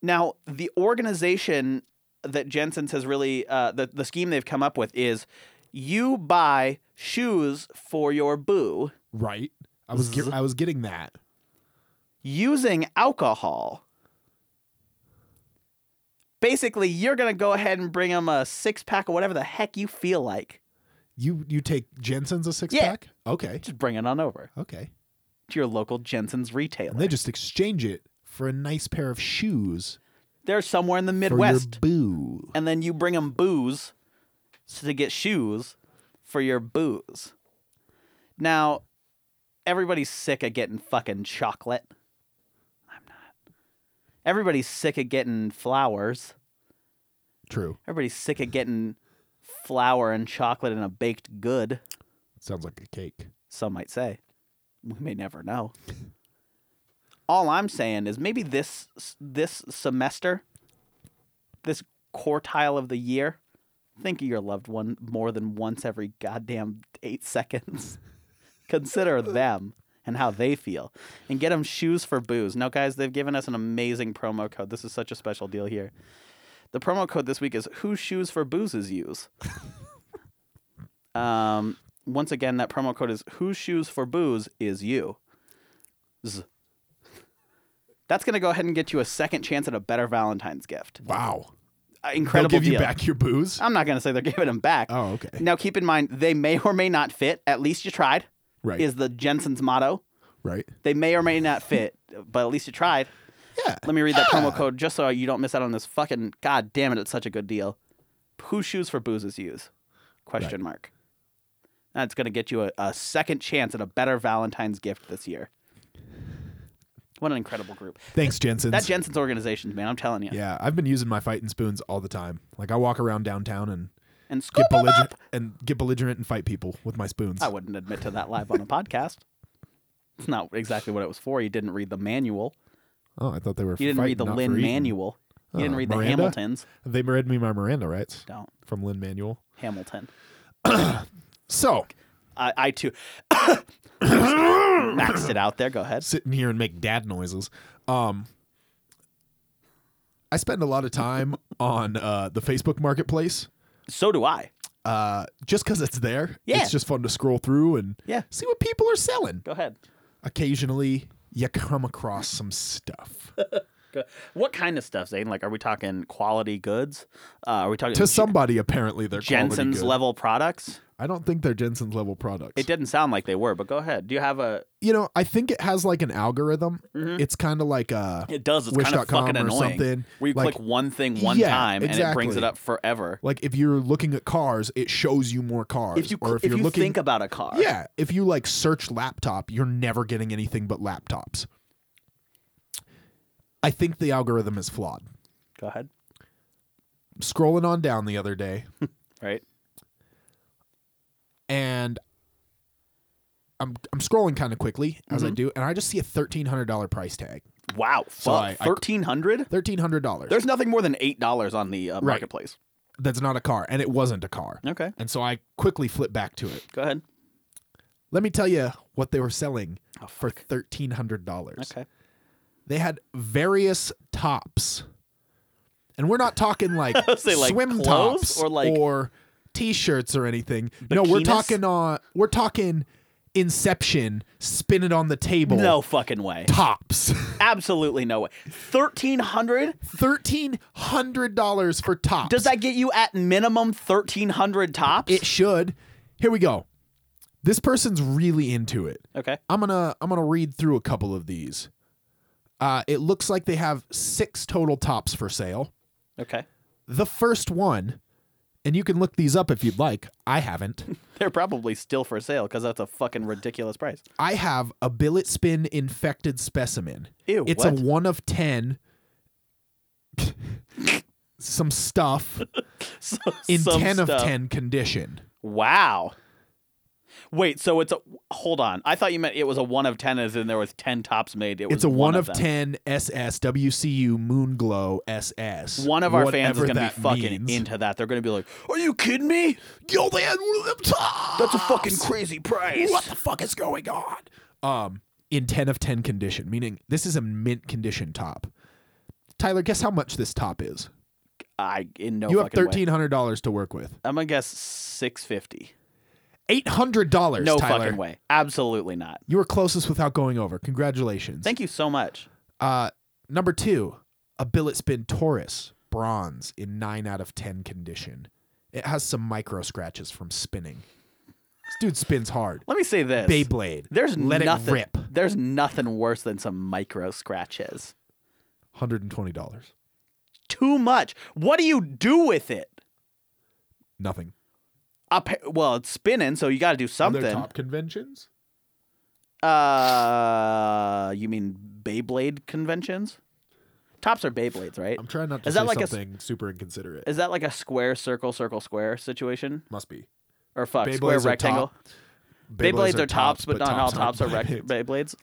Speaker 1: Now the organization that Jensen's has really uh, the the scheme they've come up with is you buy shoes for your boo
Speaker 2: Right. I was ge- I was getting that.
Speaker 1: using alcohol. Basically, you're gonna go ahead and bring them a six pack or whatever the heck you feel like.
Speaker 2: You you take Jensen's a six
Speaker 1: Yeah.
Speaker 2: pack? Okay.
Speaker 1: Just bring it on over.
Speaker 2: Okay.
Speaker 1: to your local Jensen's
Speaker 2: And
Speaker 1: retailer.
Speaker 2: they just exchange it for a nice pair of shoes
Speaker 1: They're somewhere in the
Speaker 2: for
Speaker 1: Midwest,
Speaker 2: your boo.
Speaker 1: and then you bring them booze so to get shoes for your booze. Now, everybody's sick of getting fucking chocolate. I'm not. Everybody's sick of getting flowers.
Speaker 2: True.
Speaker 1: Everybody's sick of getting flour and chocolate in a baked good.
Speaker 2: Sounds like a cake.
Speaker 1: Some might say. We may never know. All I'm saying is maybe this this semester, this quartile of the year, think of your loved one more than once every goddamn eight seconds. Consider them and how they feel, and get them shoes for booze. Now, guys, they've given us an amazing promo code. This is such a special deal here. The promo code this week is "Who Shoes for Boozes Use." um, once again, that promo code is "Who Shoes for Booze Is You." Z. That's gonna go ahead and get you a second chance at a better Valentine's gift.
Speaker 2: Wow.
Speaker 1: Uh,
Speaker 2: They'll
Speaker 1: Incredible
Speaker 2: give
Speaker 1: deal. Uh,
Speaker 2: you back your booze.
Speaker 1: I'm not gonna say they're giving them back.
Speaker 2: Oh, okay.
Speaker 1: Now keep in mind they may or may not fit. At least you tried.
Speaker 2: Right.
Speaker 1: Is the Jensen's motto.
Speaker 2: right.
Speaker 1: They may or may not fit, but at least you tried.
Speaker 2: Yeah.
Speaker 1: Let me read that promo code just so you don't miss out on this fucking god damn it, it's such a good deal. Who shoes for boozes use? Question mark. That's gonna get you a, a second chance at a better Valentine's gift this year. What an incredible group.
Speaker 2: Thanks, Jensen.
Speaker 1: That Jensen's organization, man, I'm telling you.
Speaker 2: yeah, I've been using my fighting spoons all the time. Like I walk around downtown and
Speaker 1: And scoop
Speaker 2: get
Speaker 1: 'em up.
Speaker 2: belligerent and get belligerent and fight people with my spoons.
Speaker 1: I wouldn't admit to that live on a podcast. It's not exactly what it was for. You didn't read the manual.
Speaker 2: oh, I thought they were.
Speaker 1: You didn't
Speaker 2: fighting,
Speaker 1: read the
Speaker 2: not for
Speaker 1: Lynn
Speaker 2: eating.
Speaker 1: manual. You didn't
Speaker 2: Oh,
Speaker 1: read the
Speaker 2: Miranda?
Speaker 1: Hamiltons.
Speaker 2: They read me my Miranda rights
Speaker 1: Don't
Speaker 2: from Lynn Manual.
Speaker 1: Hamilton.
Speaker 2: So
Speaker 1: I, I too maxed it out there. Go ahead.
Speaker 2: sitting here and make dad noises. Um, I spend a lot of time on uh, the Facebook Marketplace.
Speaker 1: So do I.
Speaker 2: Uh, just because it's there,
Speaker 1: Yeah.
Speaker 2: it's just fun to scroll through and
Speaker 1: Yeah.
Speaker 2: see what people are selling.
Speaker 1: Go ahead.
Speaker 2: Occasionally, you come across some stuff.
Speaker 1: Go. What kind of stuff, Zane? Like, are we talking quality goods? Uh, are we talking
Speaker 2: to somebody, apparently they're quality
Speaker 1: Jensen's
Speaker 2: good.
Speaker 1: level products?
Speaker 2: I don't think they're Jensen's level products.
Speaker 1: It didn't sound like they were, but go ahead. Do you have a?
Speaker 2: you know, I think it has like an algorithm. It's kind of like uh, a
Speaker 1: Mm-hmm. It does. It's kind of
Speaker 2: Wish.com
Speaker 1: fucking
Speaker 2: or
Speaker 1: annoying.
Speaker 2: something.
Speaker 1: Where you
Speaker 2: Like-
Speaker 1: click one thing one
Speaker 2: Yeah,
Speaker 1: time and it brings
Speaker 2: exactly.
Speaker 1: it up forever.
Speaker 2: like if you're looking at cars, it shows you more cars.
Speaker 1: If you
Speaker 2: or if,
Speaker 1: if
Speaker 2: you're
Speaker 1: you
Speaker 2: looking,
Speaker 1: think about a car,
Speaker 2: yeah, if you like search laptop, you're never getting anything but laptops. I think the algorithm is flawed.
Speaker 1: Go ahead.
Speaker 2: Scrolling on down the other day,
Speaker 1: Right.
Speaker 2: and I'm I'm scrolling kind of quickly as
Speaker 1: Mm-hmm.
Speaker 2: I do, and I just see a thirteen hundred dollar price tag.
Speaker 1: Wow.
Speaker 2: I-
Speaker 1: Fuck.
Speaker 2: I-
Speaker 1: Thirteen hundred.
Speaker 2: Thirteen hundred dollars.
Speaker 1: There's nothing more than eight dollars on the uh,
Speaker 2: Right.
Speaker 1: marketplace.
Speaker 2: That's not a car, and it wasn't a car.
Speaker 1: Okay.
Speaker 2: And so I quickly flip back to it.
Speaker 1: Go ahead.
Speaker 2: Let me tell you what they were selling
Speaker 1: Oh,
Speaker 2: for thirteen hundred dollars.
Speaker 1: Okay.
Speaker 2: They had various tops, and we're not talking like
Speaker 1: would say, like,
Speaker 2: swim
Speaker 1: clothes
Speaker 2: tops
Speaker 1: or, like-
Speaker 2: or t-shirts or anything. No, we're
Speaker 1: Bikinis?
Speaker 2: talking on we're talking Inception, spin it on the table.
Speaker 1: No fucking way.
Speaker 2: tops.
Speaker 1: Absolutely no way. Thirteen hundred.
Speaker 2: Thirteen hundred dollars for tops.
Speaker 1: Does that get you at minimum thirteen hundred tops?
Speaker 2: It should. Here we go. This person's really into it.
Speaker 1: okay.
Speaker 2: I'm gonna I'm gonna read through a couple of these. Uh, it looks like they have six total tops for sale.
Speaker 1: Okay.
Speaker 2: The first one, and you can look these up if you'd like. I haven't.
Speaker 1: They're probably still for sale because that's a fucking ridiculous price.
Speaker 2: I have a billet spin infected specimen.
Speaker 1: Ew,
Speaker 2: It's
Speaker 1: what?
Speaker 2: a one of ten. Some stuff
Speaker 1: So,
Speaker 2: in
Speaker 1: some
Speaker 2: ten of
Speaker 1: stuff.
Speaker 2: ten condition.
Speaker 1: Wow. Wait, so it's a hold on. I thought you meant it was a one of ten, as in there was ten tops made. It was
Speaker 2: It's a
Speaker 1: one,
Speaker 2: one, of,
Speaker 1: them.
Speaker 2: ten SS WCU Moon Glow SS.
Speaker 1: One of our fans is
Speaker 2: whatever
Speaker 1: going to
Speaker 2: that
Speaker 1: be fucking
Speaker 2: means.
Speaker 1: into that. They're going to be like, "Are you kidding me?
Speaker 2: Yo, they had one of them tops.
Speaker 1: That's a fucking crazy price."
Speaker 2: What the fuck is going on? Um, in ten of ten condition, meaning this is a mint condition top. Tyler, guess how much this top is?
Speaker 1: I in no
Speaker 2: you have
Speaker 1: fucking way.
Speaker 2: thirteen hundred dollars to work with.
Speaker 1: I'm gonna guess six fifty.
Speaker 2: Eight hundred dollars.
Speaker 1: No
Speaker 2: Tyler.
Speaker 1: fucking way. Absolutely not.
Speaker 2: You were closest without going over. Congratulations.
Speaker 1: Thank you so much.
Speaker 2: Uh, number two, a billet spin Taurus, bronze in nine out of ten condition. It has some micro scratches from spinning. This dude spins hard.
Speaker 1: Let me say this.
Speaker 2: Beyblade.
Speaker 1: There's
Speaker 2: let
Speaker 1: nothing.
Speaker 2: it rip.
Speaker 1: There's nothing worse than some micro scratches.
Speaker 2: Hundred and twenty dollars.
Speaker 1: Too much. What do you do with it?
Speaker 2: Nothing.
Speaker 1: A pa- well, it's spinning, so you got to do
Speaker 2: Other
Speaker 1: something.
Speaker 2: conventions?
Speaker 1: Uh, you mean Beyblade conventions? Tops are Beyblades, right?
Speaker 2: I'm trying not to
Speaker 1: Is
Speaker 2: say
Speaker 1: that like a s-
Speaker 2: something super inconsiderate.
Speaker 1: Is that like a square, circle, circle, square situation?
Speaker 2: Must be.
Speaker 1: Or fuck, square,
Speaker 2: Beyblades are
Speaker 1: rectangle?
Speaker 2: top-
Speaker 1: Beyblades are, tops, but not all
Speaker 2: aren't
Speaker 1: tops are rec-
Speaker 2: Beyblades.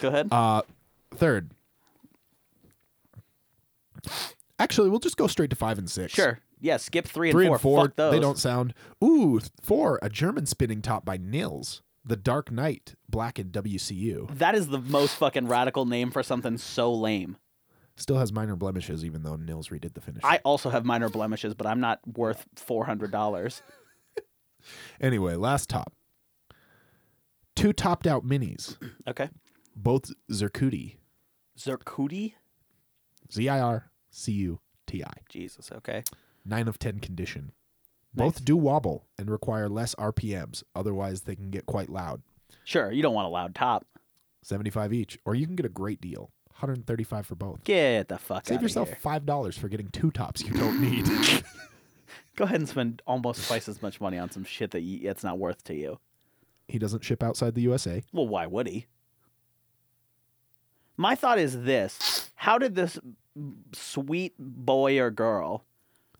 Speaker 1: Go ahead.
Speaker 2: Uh, third. Actually, we'll just go straight to five and six.
Speaker 1: sure. Yeah, skip three and
Speaker 2: Three
Speaker 1: four.
Speaker 2: and four,
Speaker 1: Fuck those.
Speaker 2: they don't sound. Ooh, th- four, a German spinning top by Nils, The Dark Knight, Black and WCU.
Speaker 1: That is the most fucking radical name for something so lame.
Speaker 2: Still has minor blemishes, even though Nils redid the finish.
Speaker 1: I also have minor blemishes, but I'm not worth four hundred dollars.
Speaker 2: Anyway, last top. Two topped out minis,
Speaker 1: Okay.
Speaker 2: both Zircuti,
Speaker 1: Zerkuti?
Speaker 2: Z I R C U T I.
Speaker 1: Jesus, okay.
Speaker 2: 9 of 10 condition. Both do wobble and require less RPMs, otherwise, they can get quite loud.
Speaker 1: Sure, you don't want a loud top.
Speaker 2: 75 each, or you can get a great deal 135 for both.
Speaker 1: Get the fuck out
Speaker 2: Save
Speaker 1: of
Speaker 2: yourself
Speaker 1: here.
Speaker 2: $5 for getting two tops you don't need.
Speaker 1: Go ahead and spend almost twice as much money on some shit that you, it's not worth to you.
Speaker 2: he doesn't ship outside the USA.
Speaker 1: Well, why would he? My thought is this How did this sweet boy or girl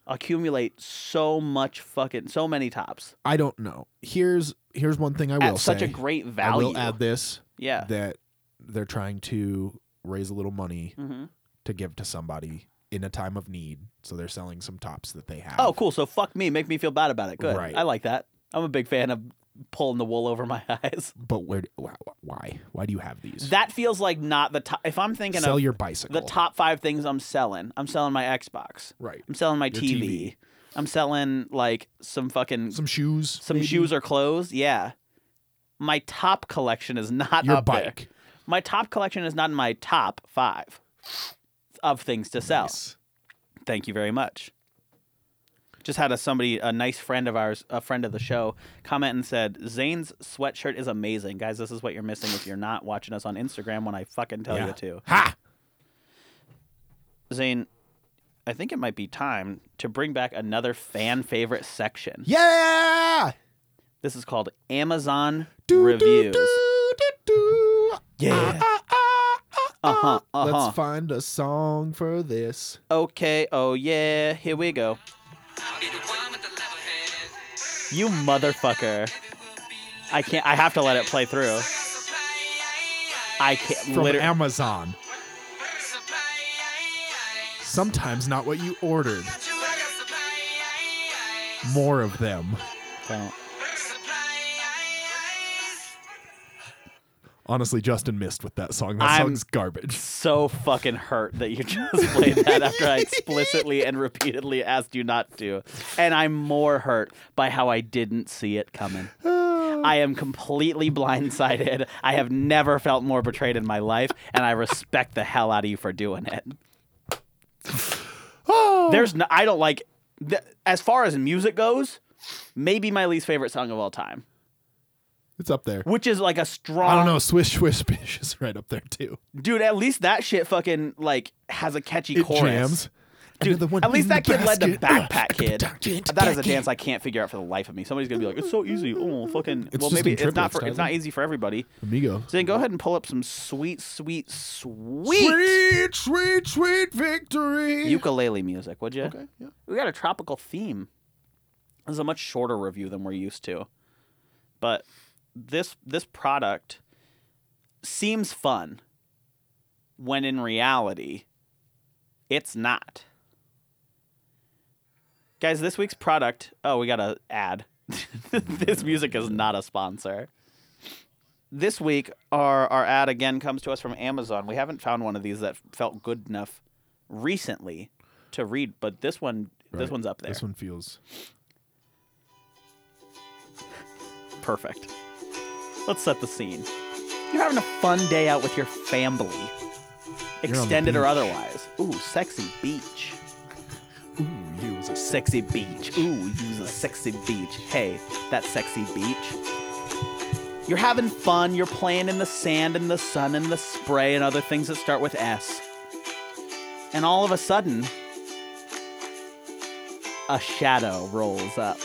Speaker 1: accumulate so much fucking, so many tops
Speaker 2: I don't know. Here's here's one thing I will
Speaker 1: at such
Speaker 2: say.
Speaker 1: a great
Speaker 2: I
Speaker 1: value?
Speaker 2: will add this
Speaker 1: yeah.
Speaker 2: that they're trying to raise a little money
Speaker 1: hmm
Speaker 2: to give to somebody in a time of need, so they're selling some tops that they have.
Speaker 1: Oh, cool. So fuck me. Make me feel bad about it. Good.
Speaker 2: Right.
Speaker 1: I like that. I'm a big fan of pulling the wool over my eyes.
Speaker 2: but where? wh- wh- Why? Why do you have these?
Speaker 1: That feels like not the top. If I'm thinking
Speaker 2: Sell
Speaker 1: of
Speaker 2: your bicycle.
Speaker 1: the top five things I'm selling, I'm selling my Xbox.
Speaker 2: Right.
Speaker 1: I'm selling my
Speaker 2: Your
Speaker 1: TV.
Speaker 2: TV.
Speaker 1: I'm selling like some fucking
Speaker 2: Some shoes.
Speaker 1: some
Speaker 2: maybe?
Speaker 1: shoes or clothes. Yeah. My top collection is not
Speaker 2: Your
Speaker 1: up there.
Speaker 2: bike.
Speaker 1: My top collection is not in my top five of things to sell.
Speaker 2: Nice.
Speaker 1: Thank you very much. Just had a somebody, a nice friend of ours, a friend of the show, comment and said, "Zane's sweatshirt is amazing, guys. This is what you're missing if you're not watching us on Instagram when I fucking tell
Speaker 2: Yeah.
Speaker 1: you to."
Speaker 2: Ha!
Speaker 1: Zane, I think it might be time to bring back another fan favorite section.
Speaker 2: Yeah!
Speaker 1: This is called Amazon
Speaker 2: Do,
Speaker 1: reviews.
Speaker 2: Do, do, do, do.
Speaker 1: Yeah.
Speaker 2: Ah, ah, ah, ah,
Speaker 1: Uh-huh,
Speaker 2: ah.
Speaker 1: uh-huh.
Speaker 2: Let's find a song for this.
Speaker 1: Okay, oh yeah, here we go. You motherfucker. I can't I have to let it play through. I can't
Speaker 2: From
Speaker 1: literally
Speaker 2: Amazon. Sometimes not what you ordered. More of them. Honestly, Justin missed with that song. That
Speaker 1: I'm-
Speaker 2: song's garbage.
Speaker 1: so fucking hurt that you just played that after I explicitly and repeatedly asked you not to. And I'm more hurt by how I didn't see it coming. I am completely blindsided. I have never felt more betrayed in my life, and I respect the hell out of you for doing it.
Speaker 2: Oh,
Speaker 1: There's no, I don't like th- as far as music goes, maybe my least favorite song of all time,
Speaker 2: it's up there.
Speaker 1: which is like a strong
Speaker 2: I don't know. Swish, swish, swish is right up there too.
Speaker 1: dude, at least that shit fucking like has a catchy
Speaker 2: It
Speaker 1: chorus.
Speaker 2: jams.
Speaker 1: Dude,
Speaker 2: Another one
Speaker 1: at least
Speaker 2: in
Speaker 1: that
Speaker 2: the
Speaker 1: kid led the
Speaker 2: basket.
Speaker 1: backpack kid. That is a dance I can't figure out for the life of me. Somebody's gonna be like, "It's so easy." Oh, fucking.
Speaker 2: It's
Speaker 1: well,
Speaker 2: just
Speaker 1: maybe
Speaker 2: in
Speaker 1: it's
Speaker 2: triplets,
Speaker 1: not for it's
Speaker 2: Tyler.
Speaker 1: not easy for everybody.
Speaker 2: Amigo.
Speaker 1: So then go ahead and pull up some sweet, sweet, sweet,
Speaker 2: Sweet, sweet, sweet victory.
Speaker 1: ukulele music, would you?
Speaker 2: Okay, yeah.
Speaker 1: We got a tropical theme. This is a much shorter review than we're used to, but this this product seems fun, when in reality, it's not. Guys, this week's product. Oh, we got an ad. this music is not a sponsor. This week, our, our ad again comes to us from Amazon. We haven't found one of these that felt good enough recently to read, but this one this
Speaker 2: Right.
Speaker 1: one's up there.
Speaker 2: This one feels.
Speaker 1: Perfect. Let's set the scene. You're having a fun day out with your family,
Speaker 2: You're on the
Speaker 1: extended or
Speaker 2: beach.
Speaker 1: otherwise. Ooh, sexy beach.
Speaker 2: Ooh, you was a
Speaker 1: Sexy beach. Ooh, use a sexy beach. Hey, that sexy beach. You're having fun. You're playing in the sand and the sun and the spray and other things that start with S. And all of a sudden, a shadow rolls up.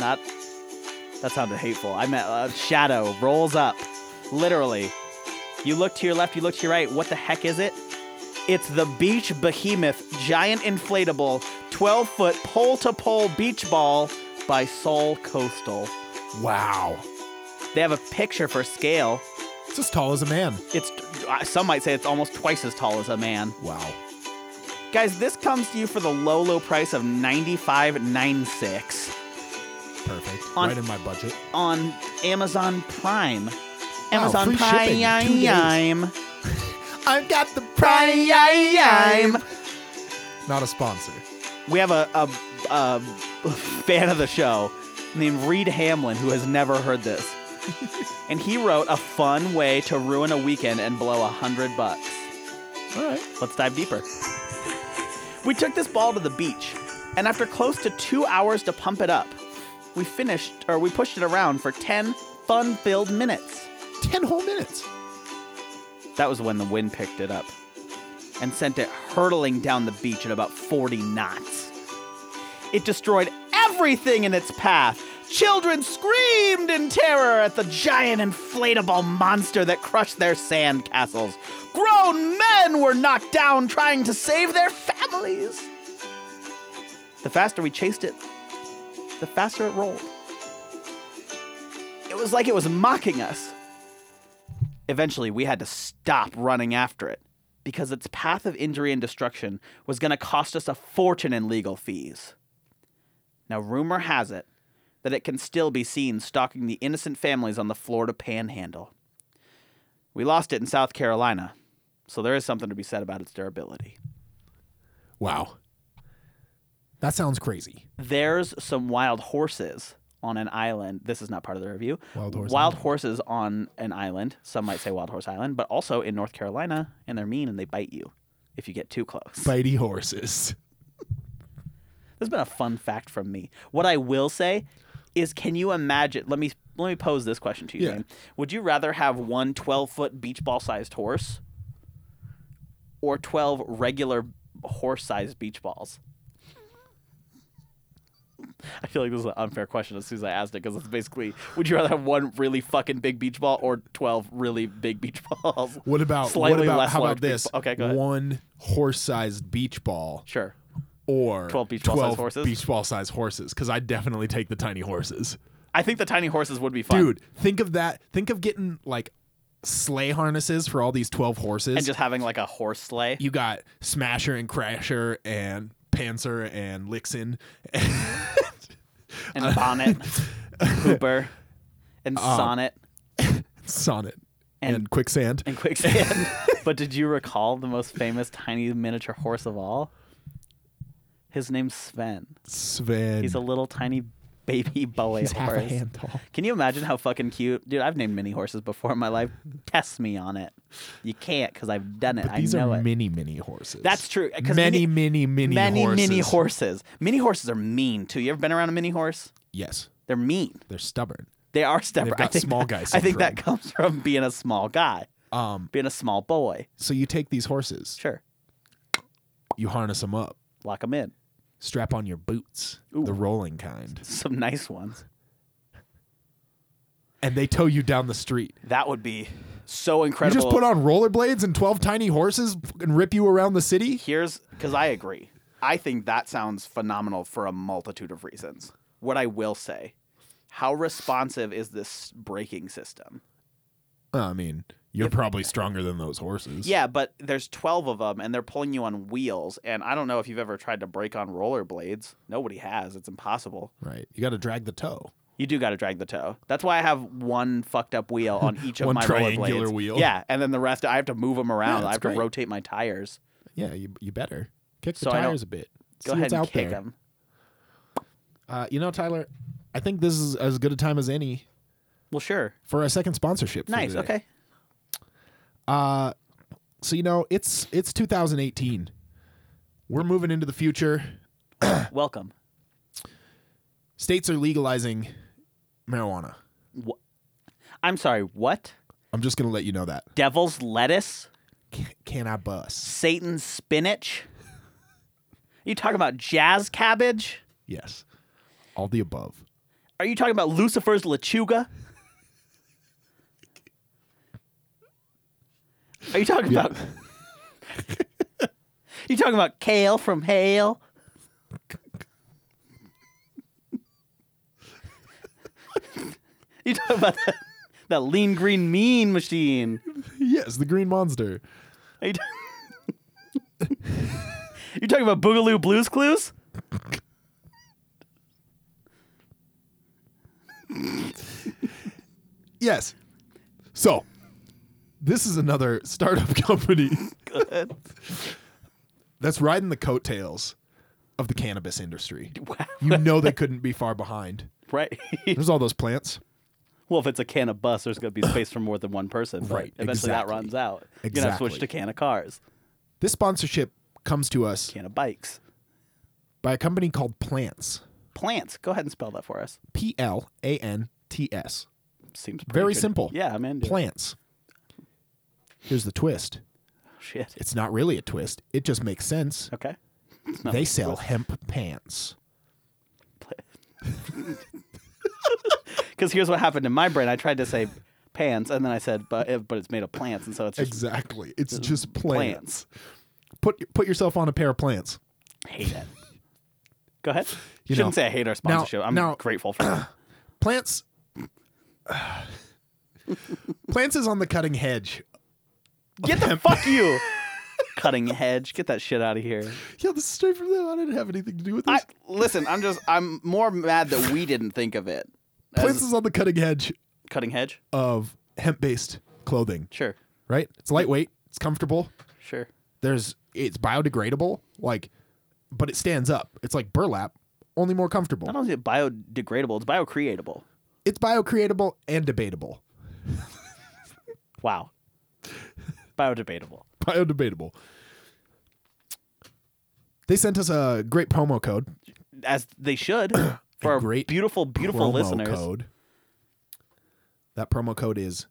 Speaker 1: Not. That sounded hateful. I meant a shadow rolls up. Literally. You look to your left, you look to your right. What the heck is it? It's the Beach Behemoth Giant Inflatable 12 foot pole to pole beach ball by Sol Coastal.
Speaker 2: Wow.
Speaker 1: They have a picture for scale.
Speaker 2: It's as tall as a man.
Speaker 1: It's some might say it's almost twice as tall as a man.
Speaker 2: Wow.
Speaker 1: Guys, this comes to you for the low, low price of ninety five nine six
Speaker 2: Perfect.
Speaker 1: On-
Speaker 2: right in my budget.
Speaker 1: on Amazon Prime. Amazon
Speaker 2: free shipping, two days.
Speaker 1: Prime.
Speaker 2: I've got the
Speaker 1: Prime.
Speaker 2: Not a sponsor.
Speaker 1: We have a, a, a fan of the show named Reed Hamlin who has never heard this. and he wrote a fun way to ruin a weekend and blow a hundred bucks.
Speaker 2: All right.
Speaker 1: Let's dive deeper. We took this ball to the beach, and after close to two hours to pump it up, we finished or we pushed it around for 10 fun filled minutes.
Speaker 2: 10 whole minutes.
Speaker 1: That was when the wind picked it up and sent it hurtling down the beach at about 40 knots. It destroyed everything in its path. Children screamed in terror at the giant inflatable monster that crushed their sand castles. Grown men were knocked down trying to save their families. The faster we chased it, the faster it rolled. It was like it was mocking us. Eventually, we had to stop running after it because its path of injury and destruction was going to cost us a fortune in legal fees. Now, rumor has it that it can still be seen stalking the innocent families on the Florida panhandle. We lost it in South Carolina, so there is something to be said about its durability.
Speaker 2: Wow. That sounds crazy.
Speaker 1: There's some wild horses on an island. This is not part of the review.
Speaker 2: Wild horse
Speaker 1: wild horses on an island. Some might say Wild Horse Island, but also in North Carolina, and they're mean and they bite you if you get too close.
Speaker 2: Bitey horses.
Speaker 1: This has been a fun fact from me. What I will say is can you imagine let me let me pose this question to you,
Speaker 2: Yeah.
Speaker 1: Zane. Would you rather have one 12 foot beach ball sized horse or 12 regular horse sized beach balls? I feel like this is an unfair question as soon as I asked it because it's basically would you rather have one really fucking big beach ball or 12 really big beach balls?
Speaker 2: What about
Speaker 1: Slightly
Speaker 2: what about
Speaker 1: less
Speaker 2: how
Speaker 1: large
Speaker 2: about
Speaker 1: beach
Speaker 2: this?
Speaker 1: ball. Okay, go ahead.
Speaker 2: One horse-sized beach ball
Speaker 1: Sure.
Speaker 2: or
Speaker 1: 12 beach ball-sized
Speaker 2: 12
Speaker 1: horses?
Speaker 2: Beach ball-sized horses cuz I definitely take the tiny horses.
Speaker 1: I think the tiny horses would be fun.
Speaker 2: Dude, think of that. Think of getting like sleigh harnesses for all these 12 horses.
Speaker 1: And just having like a horse sleigh.
Speaker 2: you got Smasher and Crasher and Panzer and Lixin.
Speaker 1: and Bonnet, Hooper,
Speaker 2: Um.
Speaker 1: and Sonnet,
Speaker 2: Sonnet
Speaker 1: And-
Speaker 2: and, Quicksand.
Speaker 1: and Quicksand. but did you recall the most famous tiny miniature horse of all? His name's Sven.
Speaker 2: Sven.
Speaker 1: He's a little tiny baby boy
Speaker 2: He's half
Speaker 1: horse.
Speaker 2: a hand tall.
Speaker 1: Can you imagine how fucking cute? Dude, I've named mini horses before in my life. Test me on it. You can't because I've done it.
Speaker 2: But these
Speaker 1: I know
Speaker 2: are
Speaker 1: it.
Speaker 2: mini, mini horses.
Speaker 1: That's true. 'cause
Speaker 2: Many,
Speaker 1: mini,
Speaker 2: many, many,
Speaker 1: many
Speaker 2: horses.
Speaker 1: mini horses. Mini horses are mean too. You ever been around a mini horse?
Speaker 2: Yes,
Speaker 1: They're mean.
Speaker 2: they're stubborn.
Speaker 1: They are stubborn. I
Speaker 2: got
Speaker 1: think
Speaker 2: small
Speaker 1: that-
Speaker 2: guy
Speaker 1: I think
Speaker 2: syndrome.
Speaker 1: that comes from being a small guy.
Speaker 2: Um,
Speaker 1: being a small boy.
Speaker 2: so you take these horses,
Speaker 1: Sure,
Speaker 2: you harness them up,
Speaker 1: lock them in.
Speaker 2: strap on your boots, the rolling kind,
Speaker 1: Some nice ones.
Speaker 2: and they tow you down the street.
Speaker 1: That would be so
Speaker 2: You
Speaker 1: incredible.
Speaker 2: just put on rollerblades and 12 tiny horses and rip you around the city?
Speaker 1: Here's because I agree. I think that sounds phenomenal for a multitude of reasons. What I will say, how responsive is this braking system?
Speaker 2: I mean, you're probably stronger than those horses.
Speaker 1: Yeah, but there's 12 of them and they're pulling you on wheels. And I don't know if you've ever tried to brake on rollerblades. Nobody has. It's impossible.
Speaker 2: Right. You got to drag the toe.
Speaker 1: You do got to drag the toe. That's why I have one fucked up wheel on each of
Speaker 2: One
Speaker 1: my
Speaker 2: triangular
Speaker 1: rollerblades.
Speaker 2: wheel.
Speaker 1: Yeah, and then the rest I have to move them around.
Speaker 2: Yeah,
Speaker 1: I
Speaker 2: it's
Speaker 1: have to
Speaker 2: great.
Speaker 1: rotate my tires.
Speaker 2: Yeah, you, you better. Kick
Speaker 1: So
Speaker 2: the
Speaker 1: I don't-
Speaker 2: tires a bit. See
Speaker 1: Go ahead
Speaker 2: what's
Speaker 1: and
Speaker 2: out there.
Speaker 1: kick them.
Speaker 2: Uh, you know, Tyler, I think this is as good a time as any
Speaker 1: Well, sure.
Speaker 2: for a second sponsorship. for
Speaker 1: Nice.
Speaker 2: today.
Speaker 1: Okay.
Speaker 2: Uh, so you know, it's it's 2018. We're moving into the future.
Speaker 1: Welcome.
Speaker 2: States are legalizing marijuana.
Speaker 1: I'm sorry. What?
Speaker 2: I'm just gonna let you know that.
Speaker 1: Devil's lettuce?
Speaker 2: Can, can I bust?
Speaker 1: Satan's spinach? Are you talking about jazz cabbage?
Speaker 2: Yes. All the above.
Speaker 1: Are you talking about Lucifer's lechuga? Are you talking about? You talking about Kale from Hale? you talking about that, that lean green mean machine?
Speaker 2: Yes, the green monster.
Speaker 1: Are you, ta- You talking about Boogaloo Blues Clues?
Speaker 2: Yes. So, this is another startup company
Speaker 1: Good.
Speaker 2: that's riding the coattails of the cannabis industry.
Speaker 1: Wow.
Speaker 2: You know they couldn't be far behind.
Speaker 1: Right.
Speaker 2: There's all those plants.
Speaker 1: well, if it's a can of bus, there's going to be space for more than one person. but
Speaker 2: Right,
Speaker 1: Eventually that
Speaker 2: exactly.
Speaker 1: runs out. You're going to switch
Speaker 2: Exactly.
Speaker 1: to can of cars,
Speaker 2: This sponsorship comes to us
Speaker 1: can of bikes,
Speaker 2: by a company called Plants.
Speaker 1: plants. Go ahead and spell that for us.
Speaker 2: P L A N T S.
Speaker 1: Seems pretty
Speaker 2: Very
Speaker 1: good.
Speaker 2: simple.
Speaker 1: Yeah, I'm into it.
Speaker 2: Plants. Here's the twist.
Speaker 1: Shit.
Speaker 2: It's not really a twist. It just makes sense.
Speaker 1: Okay. It's not
Speaker 2: They
Speaker 1: like-
Speaker 2: sell hemp pants.
Speaker 1: Because here's what happened in my brain. I tried to say pants, and then I said, but eh, but it's made of plants, and so it's just
Speaker 2: Exactly. It's just plants.
Speaker 1: plants.
Speaker 2: Put put yourself on a pair of plants.
Speaker 1: I hate it. Go ahead.
Speaker 2: You
Speaker 1: Shouldn't
Speaker 2: know,
Speaker 1: say I hate our sponsorship. I'm
Speaker 2: now-
Speaker 1: grateful for it.
Speaker 2: Plants Plants is on the cutting hedge.
Speaker 1: Get the fuck you. Cutting hedge. Get that shit out of here.
Speaker 2: Yeah, this is straight from them. I didn't have anything to do with
Speaker 1: I,
Speaker 2: this.
Speaker 1: listen, I'm just I'm more mad that we didn't think of it. as
Speaker 2: Plants is on the cutting hedge
Speaker 1: cutting hedge.
Speaker 2: of hemp based clothing.
Speaker 1: Sure.
Speaker 2: Right? It's lightweight, it's comfortable.
Speaker 1: Sure.
Speaker 2: There's it's biodegradable, like but it stands up. It's like burlap, only more comfortable.
Speaker 1: Not only is it biodegradable, it's biocreatable.
Speaker 2: It's biocreatable and debatable.
Speaker 1: Wow. Biodebatable.
Speaker 2: Biodebatable. They sent us a great promo code.
Speaker 1: As they should for our
Speaker 2: great
Speaker 1: beautiful, beautiful
Speaker 2: promo
Speaker 1: listeners.
Speaker 2: Code. That promo code is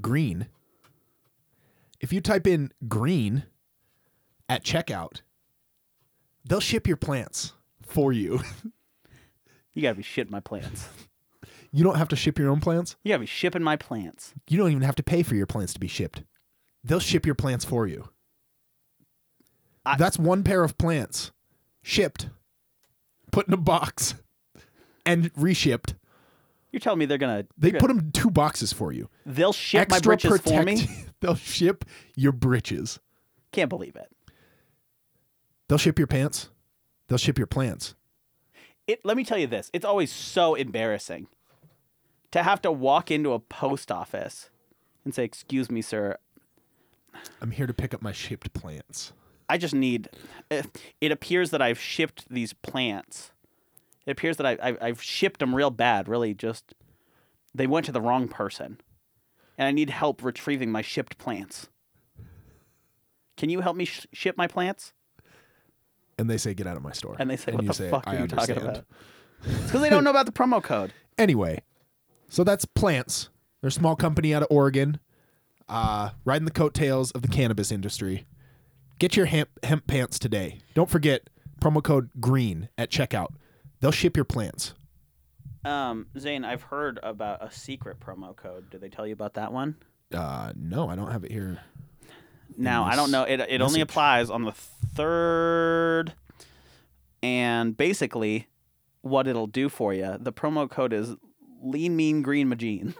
Speaker 2: green. If you type in green at checkout, they'll ship your plants for you.
Speaker 1: You gotta be shitting my plants.
Speaker 2: You don't have to ship your own plants.
Speaker 1: You gotta be shipping my plants.
Speaker 2: You don't even have to pay for your plants to be shipped. They'll ship your plants for you.
Speaker 1: I-
Speaker 2: That's one pair of plants shipped, put in a box, and reshipped.
Speaker 1: You're telling me they're gonna
Speaker 2: They
Speaker 1: they're
Speaker 2: put
Speaker 1: gonna-
Speaker 2: them in two boxes for you.
Speaker 1: they'll ship my britches for me?
Speaker 2: They'll ship your britches.
Speaker 1: Can't believe it.
Speaker 2: They'll ship your pants. They'll ship your plants.
Speaker 1: it let me tell you this it's always so embarrassing to have to walk into a post office and say excuse me sir
Speaker 2: I'm here to pick up my shipped plants.
Speaker 1: i just need eh, it appears that i've shipped these plants it appears that I, I, i've shipped them real bad really just they went to the wrong person and i need help retrieving my shipped plants can you help me sh- ship my plants
Speaker 2: And they say, "Get out of my store."
Speaker 1: and they say
Speaker 2: And
Speaker 1: what
Speaker 2: you
Speaker 1: the
Speaker 2: say,
Speaker 1: fuck are
Speaker 2: "I
Speaker 1: you talking
Speaker 2: understand."
Speaker 1: about it's because they don't know about the promo code
Speaker 2: Anyway, so that's plants. They're a small company out of Oregon, uh, riding the coattails of the cannabis industry. Get your hemp, hemp pants today. Don't forget promo code green at checkout. They'll ship your plants.
Speaker 1: Um, Zane, I've heard about a secret promo code. Did they tell you about that one?
Speaker 2: Uh, no, I don't have it here.
Speaker 1: Now I don't know. It it only applies on the third, and basically, what it'll do for you. The promo code is lean mean green magine.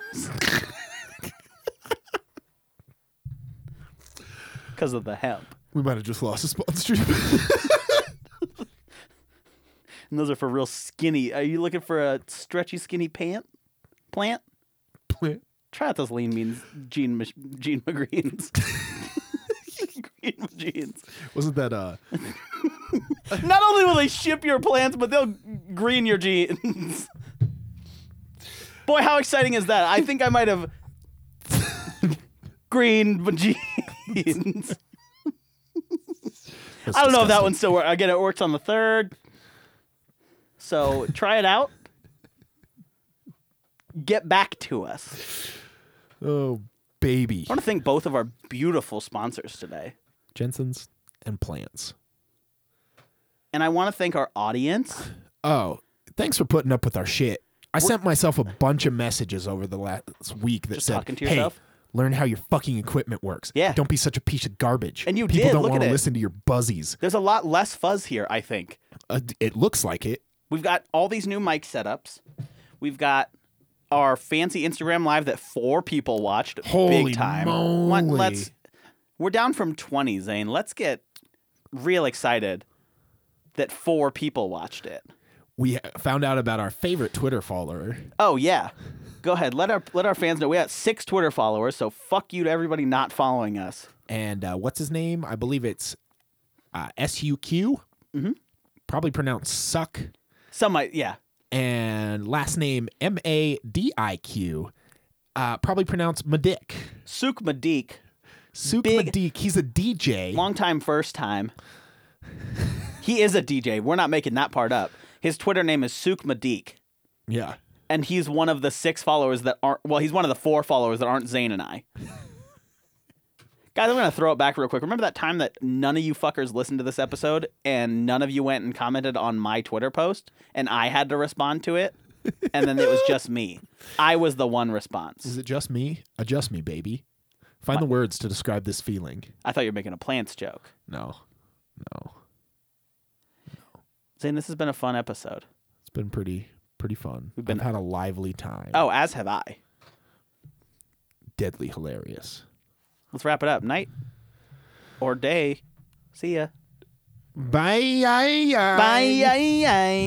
Speaker 1: Because of the hemp,
Speaker 2: We might have just lost a sponsorship.
Speaker 1: and those are for real skinny. Are you looking for a stretchy skinny pant plant?
Speaker 2: Plant.
Speaker 1: Try out those lean means Gene Mich- Gene McGreens. Green McGeans.
Speaker 2: Wasn't that uh?
Speaker 1: Not only will they ship your plants, but they'll green your jeans. Boy, how exciting is that? I think I might have green jeans. I don't know if that one still works. Again, it works on the third. So try it out. Get back to us.
Speaker 2: Oh, baby.
Speaker 1: I want to thank both of our beautiful sponsors today.
Speaker 2: Jensen's and plants.
Speaker 1: And I want to thank our audience.
Speaker 2: Oh, thanks for putting up with our shit. I sent myself a bunch of messages over the last week that
Speaker 1: Just
Speaker 2: said,
Speaker 1: talking to
Speaker 2: "Hey,
Speaker 1: yourself?
Speaker 2: Learn how your fucking equipment works.
Speaker 1: Yeah.
Speaker 2: Don't be such a piece of garbage.
Speaker 1: And you
Speaker 2: People
Speaker 1: did.
Speaker 2: don't
Speaker 1: Look
Speaker 2: wanna
Speaker 1: at it.
Speaker 2: listen to your buzzies.
Speaker 1: There's a lot less fuzz here, I think.
Speaker 2: Uh, d- it looks like it.
Speaker 1: We've got all these new mic setups. We've got our fancy Instagram live that four people watched
Speaker 2: Holy
Speaker 1: big time.
Speaker 2: moly.
Speaker 1: One- let's we're down from 20, Zane. Let's get real excited that four people watched it.
Speaker 2: We found out about our favorite Twitter follower.
Speaker 1: Oh yeah. Go ahead. Let our let our fans know we got six Twitter followers, so fuck you to everybody not following us.
Speaker 2: and uh, what's his name? I believe it's uh, SUQ.
Speaker 1: Mhm.
Speaker 2: Probably pronounced suck.
Speaker 1: Some might yeah.
Speaker 2: And last name M A D I Q. Uh, probably pronounced Madik.
Speaker 1: Suk Madik,
Speaker 2: Suk
Speaker 1: Big-
Speaker 2: Madik. He's a DJ.
Speaker 1: long time first time. he is a DJ. We're not making that part up. His Twitter name is Suk Madik.
Speaker 2: yeah.
Speaker 1: and he's one of the six followers that aren't. Well, he's one of the four followers that aren't Zane and I. Guys, I'm gonna throw it back real quick. Remember that time that none of you fuckers listened to this episode and none of you went and commented on my Twitter post and I had to respond to it, and then it was just me. I was the one
Speaker 2: Is
Speaker 1: response.
Speaker 2: it just me? Adjust me, baby. Find the words to describe this feeling.
Speaker 1: I thought you were making a plants joke.
Speaker 2: No. No.
Speaker 1: Zane, this has been a fun episode.
Speaker 2: It's been pretty pretty fun.
Speaker 1: We've been-
Speaker 2: I've had a lively time.
Speaker 1: Oh, as have I.
Speaker 2: Deadly hilarious.
Speaker 1: Let's wrap it up. Night or day. See ya.
Speaker 2: Bye. Bye.
Speaker 1: Bye.